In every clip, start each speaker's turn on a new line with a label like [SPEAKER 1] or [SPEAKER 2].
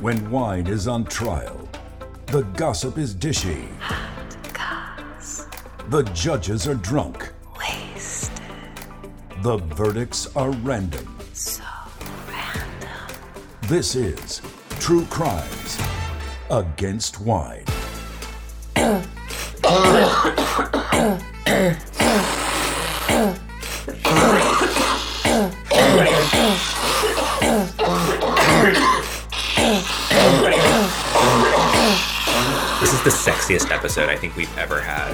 [SPEAKER 1] when wine is on trial, the gossip is dishy, the judges are drunk, the verdicts are random. This is True Crimes Against Wine.
[SPEAKER 2] This is the sexiest episode I think we've ever had.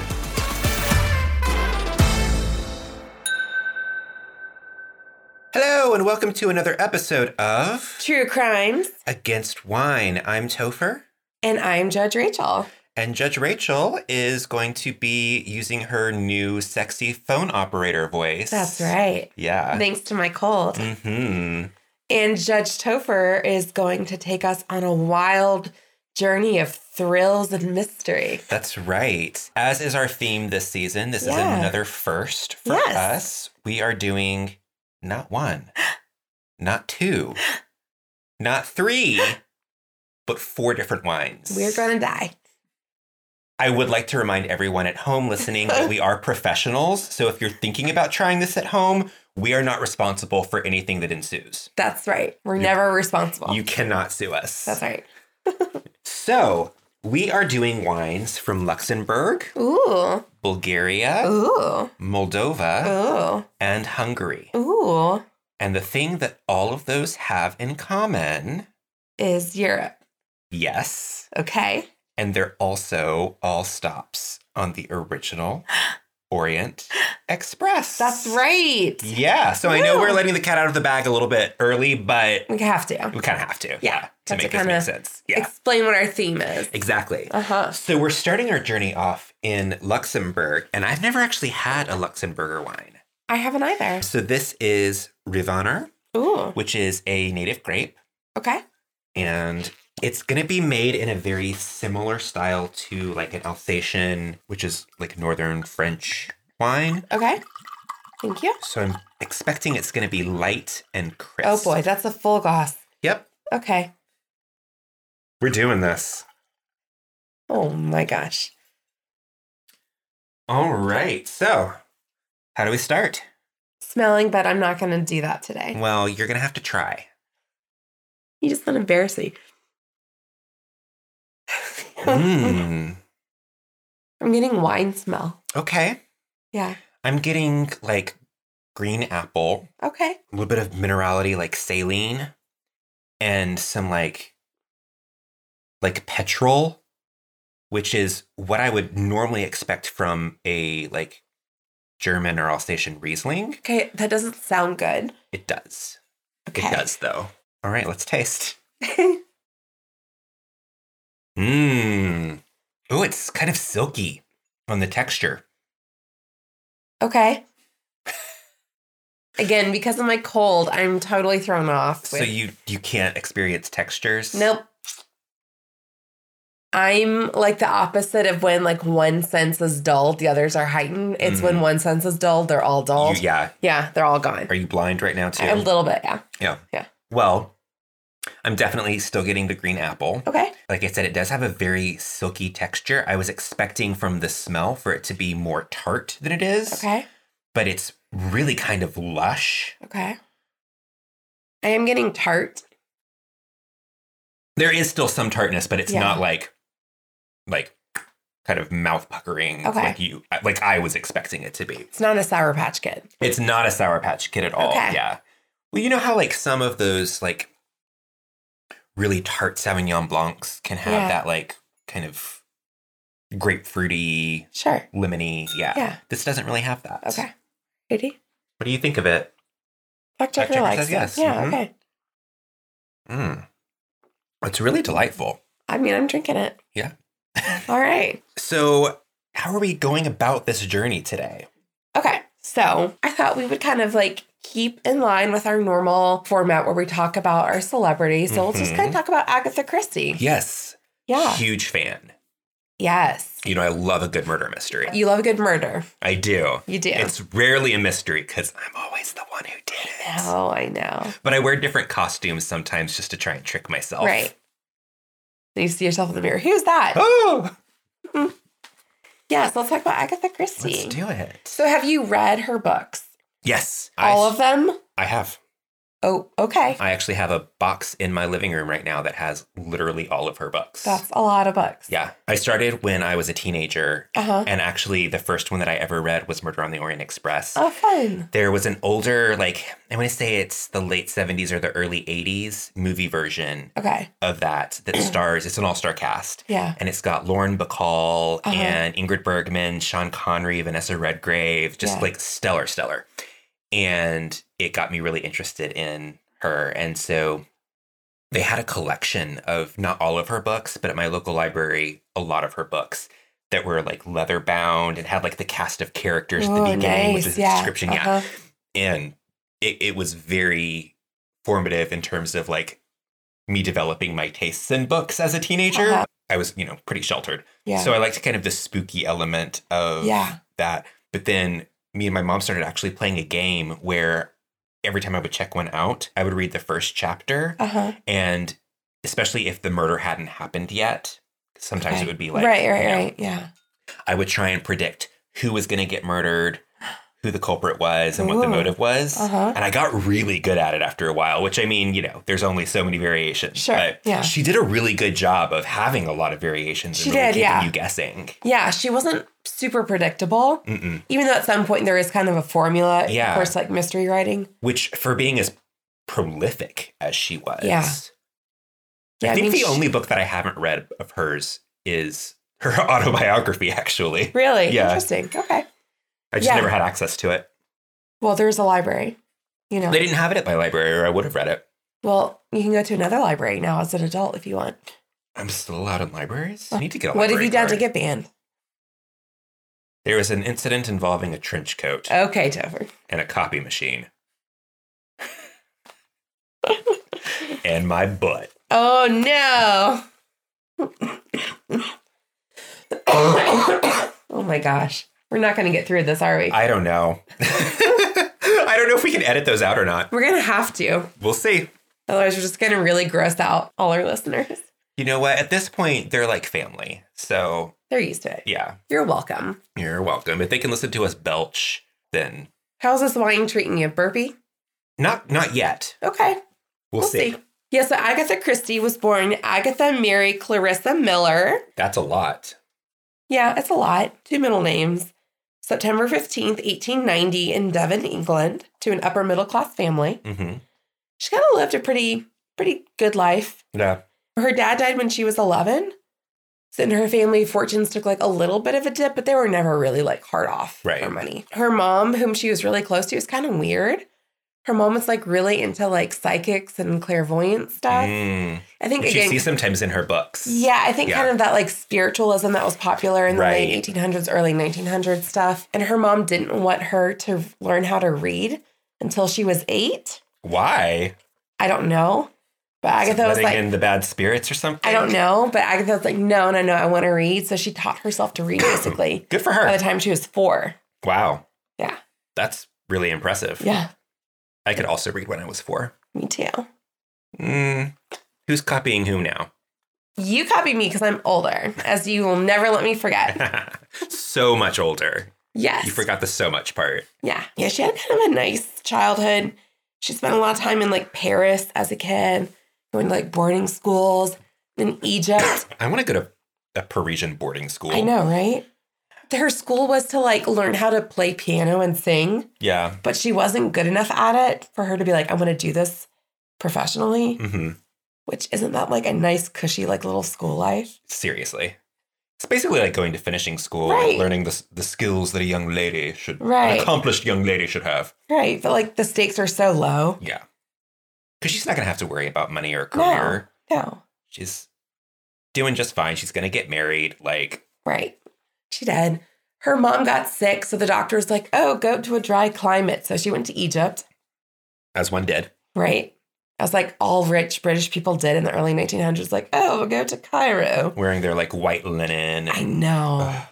[SPEAKER 2] Hello, and welcome to another episode of
[SPEAKER 3] True Crimes,
[SPEAKER 2] Against Wine. I'm Topher,
[SPEAKER 3] and I'm Judge Rachel.
[SPEAKER 2] and Judge Rachel is going to be using her new sexy phone operator voice.
[SPEAKER 3] That's right.
[SPEAKER 2] Yeah.
[SPEAKER 3] Thanks to my cold.
[SPEAKER 2] mm-hmm.
[SPEAKER 3] And Judge Topher is going to take us on a wild journey of thrills and mystery.
[SPEAKER 2] That's right. As is our theme this season, this
[SPEAKER 3] Yeah.
[SPEAKER 2] is another first for
[SPEAKER 3] Yes.
[SPEAKER 2] us. We are doing not one, not two, not three, but four different wines.
[SPEAKER 3] We're going to die.
[SPEAKER 2] I would like to remind everyone at home listening that we are professionals. So if you're thinking about trying this at home, we are not responsible for anything that ensues.
[SPEAKER 3] That's right. We're
[SPEAKER 2] You-
[SPEAKER 3] never responsible.
[SPEAKER 2] You cannot sue us.
[SPEAKER 3] That's right.
[SPEAKER 2] So we are doing wines from Luxembourg,
[SPEAKER 3] Ooh.
[SPEAKER 2] Bulgaria,
[SPEAKER 3] Oh. Ooh.
[SPEAKER 2] Moldova,
[SPEAKER 3] Ooh.
[SPEAKER 2] and Hungary.
[SPEAKER 3] Ooh.
[SPEAKER 2] And the thing that all of those have in common,
[SPEAKER 3] Is Europe.
[SPEAKER 2] yes,
[SPEAKER 3] Okay.
[SPEAKER 2] and they're also all stops on the original Orient Express.
[SPEAKER 3] That's right.
[SPEAKER 2] Yeah. So I know
[SPEAKER 3] Woo.
[SPEAKER 2] we're letting the cat out of the bag a little bit early, but
[SPEAKER 3] We have to
[SPEAKER 2] we kind of have to.
[SPEAKER 3] Yeah,
[SPEAKER 2] To
[SPEAKER 3] that's
[SPEAKER 2] make
[SPEAKER 3] a
[SPEAKER 2] this
[SPEAKER 3] kinda-
[SPEAKER 2] make sense. Yeah.
[SPEAKER 3] explain what our theme is.
[SPEAKER 2] exactly.
[SPEAKER 3] Uh huh.
[SPEAKER 2] So we're starting our journey off in Luxembourg, and I've never actually had a Luxemburger wine.
[SPEAKER 3] I haven't either.
[SPEAKER 2] So this is Rivaner,
[SPEAKER 3] Ooh.
[SPEAKER 2] which is a native grape.
[SPEAKER 3] Okay.
[SPEAKER 2] and it's going to be made in a very similar style to like an Alsatian, which is like northern French wine.
[SPEAKER 3] Okay. Thank you.
[SPEAKER 2] So I'm expecting it's going to be light and crisp.
[SPEAKER 3] Oh boy, that's a full goss.
[SPEAKER 2] Yep.
[SPEAKER 3] Okay.
[SPEAKER 2] We're doing this.
[SPEAKER 3] Oh my gosh.
[SPEAKER 2] All right. So, how do we start?
[SPEAKER 3] Smelling, but I'm not going to do that today.
[SPEAKER 2] Well, you're going to have to try.
[SPEAKER 3] You just want to embarrass me.
[SPEAKER 2] Mm.
[SPEAKER 3] I'm getting wine smell.
[SPEAKER 2] Okay.
[SPEAKER 3] Yeah.
[SPEAKER 2] I'm getting like green apple,
[SPEAKER 3] Okay.
[SPEAKER 2] a little bit of minerality like saline, and some like like petrol, which is what I would normally expect from a like German or Alsatian Riesling.
[SPEAKER 3] Okay. That doesn't sound good.
[SPEAKER 2] It does.
[SPEAKER 3] Okay.
[SPEAKER 2] It does though. All right, let's taste. Mmm. Oh, it's kind of silky on the texture.
[SPEAKER 3] okay. Again, because of my cold, I'm totally thrown off.
[SPEAKER 2] So
[SPEAKER 3] with-
[SPEAKER 2] you you can't experience textures.
[SPEAKER 3] Nope. I'm like the opposite of when like one sense is dulled, the others are heightened. It's when
[SPEAKER 2] Mhm.
[SPEAKER 3] one sense is dulled, they're all
[SPEAKER 2] You,
[SPEAKER 3] dulled.
[SPEAKER 2] yeah.
[SPEAKER 3] yeah, they're all gone.
[SPEAKER 2] Are you blind right now too?
[SPEAKER 3] A little bit, yeah.
[SPEAKER 2] Well, I'm definitely still getting the green apple.
[SPEAKER 3] Okay.
[SPEAKER 2] Like I said, it does have a very silky texture. I was expecting from the smell for it to be more tart than it is,
[SPEAKER 3] Okay.
[SPEAKER 2] but it's really kind of lush.
[SPEAKER 3] Okay. I am getting tart.
[SPEAKER 2] There is still some tartness, but it's
[SPEAKER 3] Yeah.
[SPEAKER 2] not like like kind of mouth puckering
[SPEAKER 3] Okay.
[SPEAKER 2] like you like I was expecting it to be.
[SPEAKER 3] It's not a Sour Patch Kid.
[SPEAKER 2] It's not a sour patch kid at all.
[SPEAKER 3] Okay.
[SPEAKER 2] Yeah. Well, you know how like some of those like really tart Sauvignon Blancs can have
[SPEAKER 3] Yeah.
[SPEAKER 2] that like kind of grapefruity,
[SPEAKER 3] Sure.
[SPEAKER 2] lemony. Yeah.
[SPEAKER 3] Yeah.
[SPEAKER 2] This doesn't really have that.
[SPEAKER 3] Okay. Ready?
[SPEAKER 2] What do you think of it? Fact
[SPEAKER 3] Fact checker
[SPEAKER 2] checker
[SPEAKER 3] likes
[SPEAKER 2] says
[SPEAKER 3] it.
[SPEAKER 2] yes.
[SPEAKER 3] Yeah,
[SPEAKER 2] Mhm.
[SPEAKER 3] okay.
[SPEAKER 2] Mm. It's really delightful.
[SPEAKER 3] I mean, I'm drinking it.
[SPEAKER 2] Yeah.
[SPEAKER 3] All right.
[SPEAKER 2] So, how are we going about this journey today?
[SPEAKER 3] Okay. So I thought we would kind of like keep in line with our normal format where we talk about our celebrities. So we'll just
[SPEAKER 2] Mhm.
[SPEAKER 3] kind of talk about Agatha Christie.
[SPEAKER 2] Yes.
[SPEAKER 3] Yeah.
[SPEAKER 2] Huge fan.
[SPEAKER 3] Yes.
[SPEAKER 2] You know, I love a good murder mystery.
[SPEAKER 3] You love a good murder.
[SPEAKER 2] I do.
[SPEAKER 3] You do.
[SPEAKER 2] It's rarely a mystery because I'm always the one who did it.
[SPEAKER 3] oh, I know.
[SPEAKER 2] But I wear different costumes sometimes just to try and trick myself.
[SPEAKER 3] Right. Then you see yourself in the mirror. Who's that?
[SPEAKER 2] Oh,
[SPEAKER 3] Yeah, so let's talk about Agatha Christie.
[SPEAKER 2] let's do it.
[SPEAKER 3] so have you read her books?
[SPEAKER 2] Yes,
[SPEAKER 3] All
[SPEAKER 2] I,
[SPEAKER 3] of them?
[SPEAKER 2] I have.
[SPEAKER 3] Oh, okay.
[SPEAKER 2] I actually have a box in my living room right now that has literally all of her books.
[SPEAKER 3] That's a lot of books.
[SPEAKER 2] yeah, I started when I was a teenager,
[SPEAKER 3] Uh-huh.
[SPEAKER 2] and actually, the first one that I ever read was Murder on the Orient Express.
[SPEAKER 3] Oh, fun.
[SPEAKER 2] There was an older, like, I want to say it's the late 70s or the early 80s movie version
[SPEAKER 3] Okay.
[SPEAKER 2] of that that stars, it's an all star cast.
[SPEAKER 3] Yeah.
[SPEAKER 2] And it's got Lauren Bacall
[SPEAKER 3] Uh-huh.
[SPEAKER 2] and Ingrid Bergman, Sean Connery, Vanessa Redgrave, just
[SPEAKER 3] Yeah.
[SPEAKER 2] like stellar, stellar. And it got me really interested in her. And so they had a collection of not all of her books, but at my local library, a lot of her books that were like leather bound and had like the cast of characters at the
[SPEAKER 3] Oh,
[SPEAKER 2] beginning with the description. Yeah
[SPEAKER 3] Uh-huh.
[SPEAKER 2] and it, it was very formative in terms of like me developing my tastes in books as a teenager.
[SPEAKER 3] Uh-huh.
[SPEAKER 2] I was, you know, pretty sheltered.
[SPEAKER 3] Yeah.
[SPEAKER 2] So I liked kind of the spooky element of
[SPEAKER 3] yeah.
[SPEAKER 2] that. But then me and my mom started actually playing a game where every time I would check one out, I would read the first chapter.
[SPEAKER 3] Uh-huh.
[SPEAKER 2] And especially if the murder hadn't happened yet, sometimes
[SPEAKER 3] Okay.
[SPEAKER 2] it would be like,
[SPEAKER 3] right, right,
[SPEAKER 2] you know,
[SPEAKER 3] right. Yeah.
[SPEAKER 2] I would try and predict who was going to get murdered, who the culprit was, and what the
[SPEAKER 3] Ooh.
[SPEAKER 2] motive was.
[SPEAKER 3] Uh-huh.
[SPEAKER 2] And I got really good at it after a while, which I mean, you know, there's only so many variations.
[SPEAKER 3] Sure,
[SPEAKER 2] But
[SPEAKER 3] yeah.
[SPEAKER 2] She did a really good job of having a lot of variations
[SPEAKER 3] She
[SPEAKER 2] and really
[SPEAKER 3] did,
[SPEAKER 2] keeping
[SPEAKER 3] yeah.
[SPEAKER 2] you guessing.
[SPEAKER 3] Yeah, she wasn't super predictable.
[SPEAKER 2] Mm-mm.
[SPEAKER 3] Even though at some point there is kind of a formula
[SPEAKER 2] Yeah.
[SPEAKER 3] of course like mystery writing.
[SPEAKER 2] Which, for being as prolific as she was,
[SPEAKER 3] Yeah. Yeah,
[SPEAKER 2] I think
[SPEAKER 3] mean,
[SPEAKER 2] the
[SPEAKER 3] she-
[SPEAKER 2] only book that I haven't read of hers is her autobiography, actually.
[SPEAKER 3] Really?
[SPEAKER 2] Yeah.
[SPEAKER 3] Interesting. Okay.
[SPEAKER 2] I just
[SPEAKER 3] Yeah.
[SPEAKER 2] never had access to it.
[SPEAKER 3] Well, there's a library. You know.
[SPEAKER 2] They didn't have it at my library, or I would have read it.
[SPEAKER 3] Well, you can go to another library now as an adult if you want.
[SPEAKER 2] I'm still allowed in libraries. I need to get a
[SPEAKER 3] What have
[SPEAKER 2] library
[SPEAKER 3] you done to
[SPEAKER 2] card.
[SPEAKER 3] get banned?
[SPEAKER 2] There was an incident involving a trench coat
[SPEAKER 3] Okay, Topher.
[SPEAKER 2] and a copy machine. and my butt.
[SPEAKER 3] Oh no. oh my gosh. We're not going to get through this, are we?
[SPEAKER 2] I don't know. I don't know if we can edit those out or not.
[SPEAKER 3] We're going to have to.
[SPEAKER 2] We'll see.
[SPEAKER 3] Otherwise, we're just going to really gross out all our listeners.
[SPEAKER 2] You know what? At this point, they're like family. So,
[SPEAKER 3] They're used to it.
[SPEAKER 2] yeah,
[SPEAKER 3] You're welcome.
[SPEAKER 2] you're welcome. If they can listen to us belch, then
[SPEAKER 3] How's this wine treating you? Burpee?
[SPEAKER 2] not not yet.
[SPEAKER 3] Okay.
[SPEAKER 2] We'll, see.
[SPEAKER 3] Yeah, so Agatha Christie was born Agatha Mary Clarissa Miller.
[SPEAKER 2] That's a lot.
[SPEAKER 3] Yeah, it's a lot. Two middle names. September 15th, 1890, in Devon, England, to an upper middle class family.
[SPEAKER 2] Mhm.
[SPEAKER 3] She kind of lived a pretty, pretty good life.
[SPEAKER 2] Yeah.
[SPEAKER 3] Her dad died when she was 11. So in her family, fortunes took like a little bit of a dip, but they were never really like hard off
[SPEAKER 2] Right.
[SPEAKER 3] for money. Her mom, whom she was really close to, was kind of weird. Her mom was like really into like psychics and clairvoyant stuff.
[SPEAKER 2] Mm.
[SPEAKER 3] I think
[SPEAKER 2] Which you
[SPEAKER 3] Uh, again,
[SPEAKER 2] see sometimes in her books.
[SPEAKER 3] yeah, I think
[SPEAKER 2] Yeah.
[SPEAKER 3] kind of that like spiritualism that was popular in the
[SPEAKER 2] Right.
[SPEAKER 3] late 1800s, early 1900s stuff. And her mom didn't want her to learn how to read until she was eight.
[SPEAKER 2] Why?
[SPEAKER 3] I don't know. But Agatha was
[SPEAKER 2] Letting
[SPEAKER 3] like,
[SPEAKER 2] in the bad spirits or something?
[SPEAKER 3] I don't know. But Agatha was like, no, no, no, I want to read. So she taught herself to read basically
[SPEAKER 2] Good for
[SPEAKER 3] by
[SPEAKER 2] her.
[SPEAKER 3] the time she was four.
[SPEAKER 2] Wow.
[SPEAKER 3] Yeah.
[SPEAKER 2] That's really impressive.
[SPEAKER 3] Yeah,
[SPEAKER 2] I could also read when I was four.
[SPEAKER 3] me too.
[SPEAKER 2] Mm, who's copying who now?
[SPEAKER 3] You copy me because I'm older, as you will never let me forget.
[SPEAKER 2] so much older.
[SPEAKER 3] Yes.
[SPEAKER 2] You forgot the so much part.
[SPEAKER 3] Yeah. Yeah, she had kind of a nice childhood. She spent a lot of time in like Paris as a kid, going to like boarding schools, then Egypt.
[SPEAKER 2] I want to go to a Parisian boarding school.
[SPEAKER 3] I know, right? Her school was to like learn how to play piano and sing,
[SPEAKER 2] Yeah.
[SPEAKER 3] but she wasn't good enough at it for her to be like, I want to do this professionally,
[SPEAKER 2] hmm
[SPEAKER 3] which isn't that like a nice, cushy, like little school life?
[SPEAKER 2] Seriously. It's basically like going to finishing school,
[SPEAKER 3] Right.
[SPEAKER 2] learning the, s- the skills that a young lady should,
[SPEAKER 3] Right.
[SPEAKER 2] an accomplished young lady should have.
[SPEAKER 3] Right. But like the stakes are so low.
[SPEAKER 2] Yeah. Because she's not going to have to worry about money or career.
[SPEAKER 3] No.
[SPEAKER 2] She's doing just fine. She's going to get married. Like,
[SPEAKER 3] Right. She did. Her mom got sick, so the doctor was like, oh, go to a dry climate. So she went to Egypt,
[SPEAKER 2] as one did.
[SPEAKER 3] right? As like all rich British people did in the early 1900s, like, oh, we'll go to Cairo.
[SPEAKER 2] wearing their like white linen.
[SPEAKER 3] I know.
[SPEAKER 2] Ugh,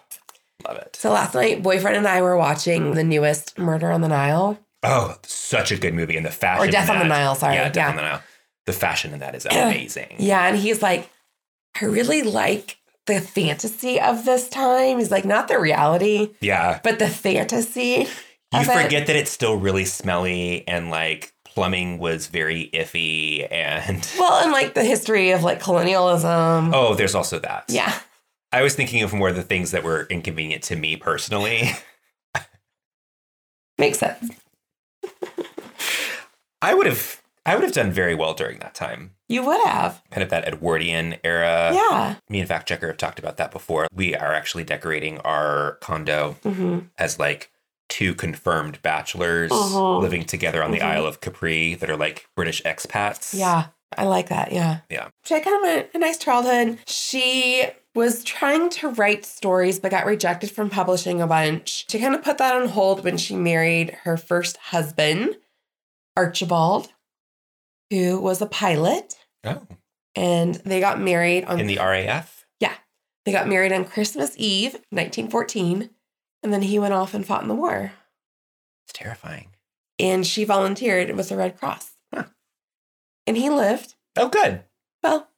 [SPEAKER 2] love it.
[SPEAKER 3] So last night, boyfriend and I were watching the newest Murder on the Nile
[SPEAKER 2] Oh, such a good movie, and the fashion
[SPEAKER 3] or Death
[SPEAKER 2] in
[SPEAKER 3] on
[SPEAKER 2] that-
[SPEAKER 3] the Nile, sorry.
[SPEAKER 2] Yeah,
[SPEAKER 3] Yeah.
[SPEAKER 2] Death on the Nile. The fashion in that is amazing.
[SPEAKER 3] Yeah, and he's like, I I really like the fantasy of this time. He's like, not the reality,
[SPEAKER 2] Yeah.
[SPEAKER 3] but the fantasy.
[SPEAKER 2] You
[SPEAKER 3] of it.
[SPEAKER 2] forget that it's still really smelly and like plumbing was very iffy and
[SPEAKER 3] Well, and like the history of like colonialism.
[SPEAKER 2] oh, there's also that.
[SPEAKER 3] Yeah.
[SPEAKER 2] I was thinking of more of the things that were inconvenient to me personally.
[SPEAKER 3] Makes sense.
[SPEAKER 2] I would have I would have done very well during that time.
[SPEAKER 3] You would have.
[SPEAKER 2] Kind of that Edwardian era.
[SPEAKER 3] yeah.
[SPEAKER 2] Me and Fact Checker have talked about that before. We are actually decorating our condo
[SPEAKER 3] hmm
[SPEAKER 2] as like two confirmed bachelors
[SPEAKER 3] Uh-huh.
[SPEAKER 2] living together on the
[SPEAKER 3] Mhm.
[SPEAKER 2] Isle of Capri that are like British expats.
[SPEAKER 3] Yeah. I like that. Yeah.
[SPEAKER 2] Yeah.
[SPEAKER 3] She had kind of a, a nice childhood. She was trying to write stories but got rejected from publishing a bunch. She kind of put that on hold when she married her first husband, Archibald, who was a pilot.
[SPEAKER 2] Oh.
[SPEAKER 3] And they got married on
[SPEAKER 2] In the RAF?
[SPEAKER 3] they got married on Christmas Eve, 1914, and then he went off and fought in the war.
[SPEAKER 2] It's terrifying.
[SPEAKER 3] And she volunteered with the Red Cross.
[SPEAKER 2] Huh.
[SPEAKER 3] And he lived.
[SPEAKER 2] Oh good.
[SPEAKER 3] Well,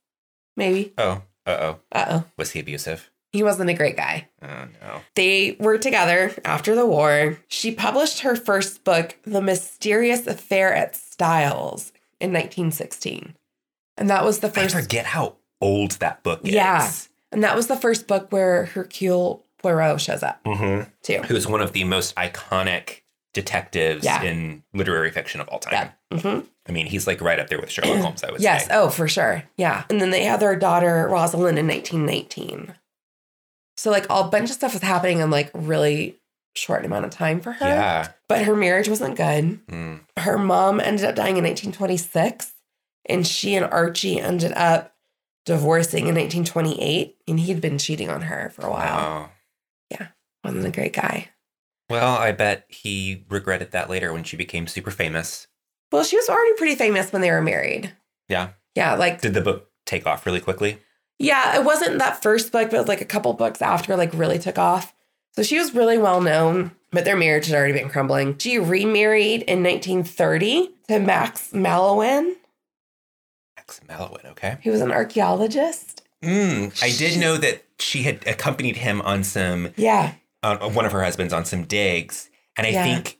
[SPEAKER 3] maybe.
[SPEAKER 2] Oh. Uh oh.
[SPEAKER 3] Uh oh.
[SPEAKER 2] Was he abusive?
[SPEAKER 3] He wasn't a great guy.
[SPEAKER 2] Oh no.
[SPEAKER 3] They were together after the war. She published her first book, The Mysterious Affair at Styles, in 1916. And that was the first
[SPEAKER 2] I forget how old that book is.
[SPEAKER 3] Yeah. and that was the first book where Hercule Poirot shows up
[SPEAKER 2] Mm-hmm.
[SPEAKER 3] too.
[SPEAKER 2] Who's one of the most iconic detectives
[SPEAKER 3] Yeah.
[SPEAKER 2] in literary fiction of all time.
[SPEAKER 3] Yeah. hmm
[SPEAKER 2] I mean, he's like right up there with Sherlock Holmes, I would
[SPEAKER 3] Yes.
[SPEAKER 2] say.
[SPEAKER 3] Oh, for sure. Yeah. And then they had their daughter Rosalind in 1919. So like a bunch of stuff was happening in like really short amount of time for her.
[SPEAKER 2] Yeah.
[SPEAKER 3] But her marriage wasn't good.
[SPEAKER 2] Mm.
[SPEAKER 3] Her mom ended up dying in 1926, and she and Archie ended up divorcing in 1928. And he'd been cheating on her for a while.
[SPEAKER 2] Wow.
[SPEAKER 3] Wasn't a great guy.
[SPEAKER 2] Well, I bet he regretted that later when she became super famous.
[SPEAKER 3] Well, she was already pretty famous when they were married.
[SPEAKER 2] Yeah.
[SPEAKER 3] Yeah. Like
[SPEAKER 2] Did the book take off really quickly?
[SPEAKER 3] Yeah, it wasn't that first book, but it was like a couple books after, like really took off. So she was really well known, but their marriage had already been crumbling. She remarried in 1930 to Max Mallowan,
[SPEAKER 2] Max Mallowan, okay.
[SPEAKER 3] who was an archaeologist.
[SPEAKER 2] Mm. I did know that she had accompanied him on some,
[SPEAKER 3] Yeah,
[SPEAKER 2] on one of her husbands on some digs. And I
[SPEAKER 3] Yeah.
[SPEAKER 2] think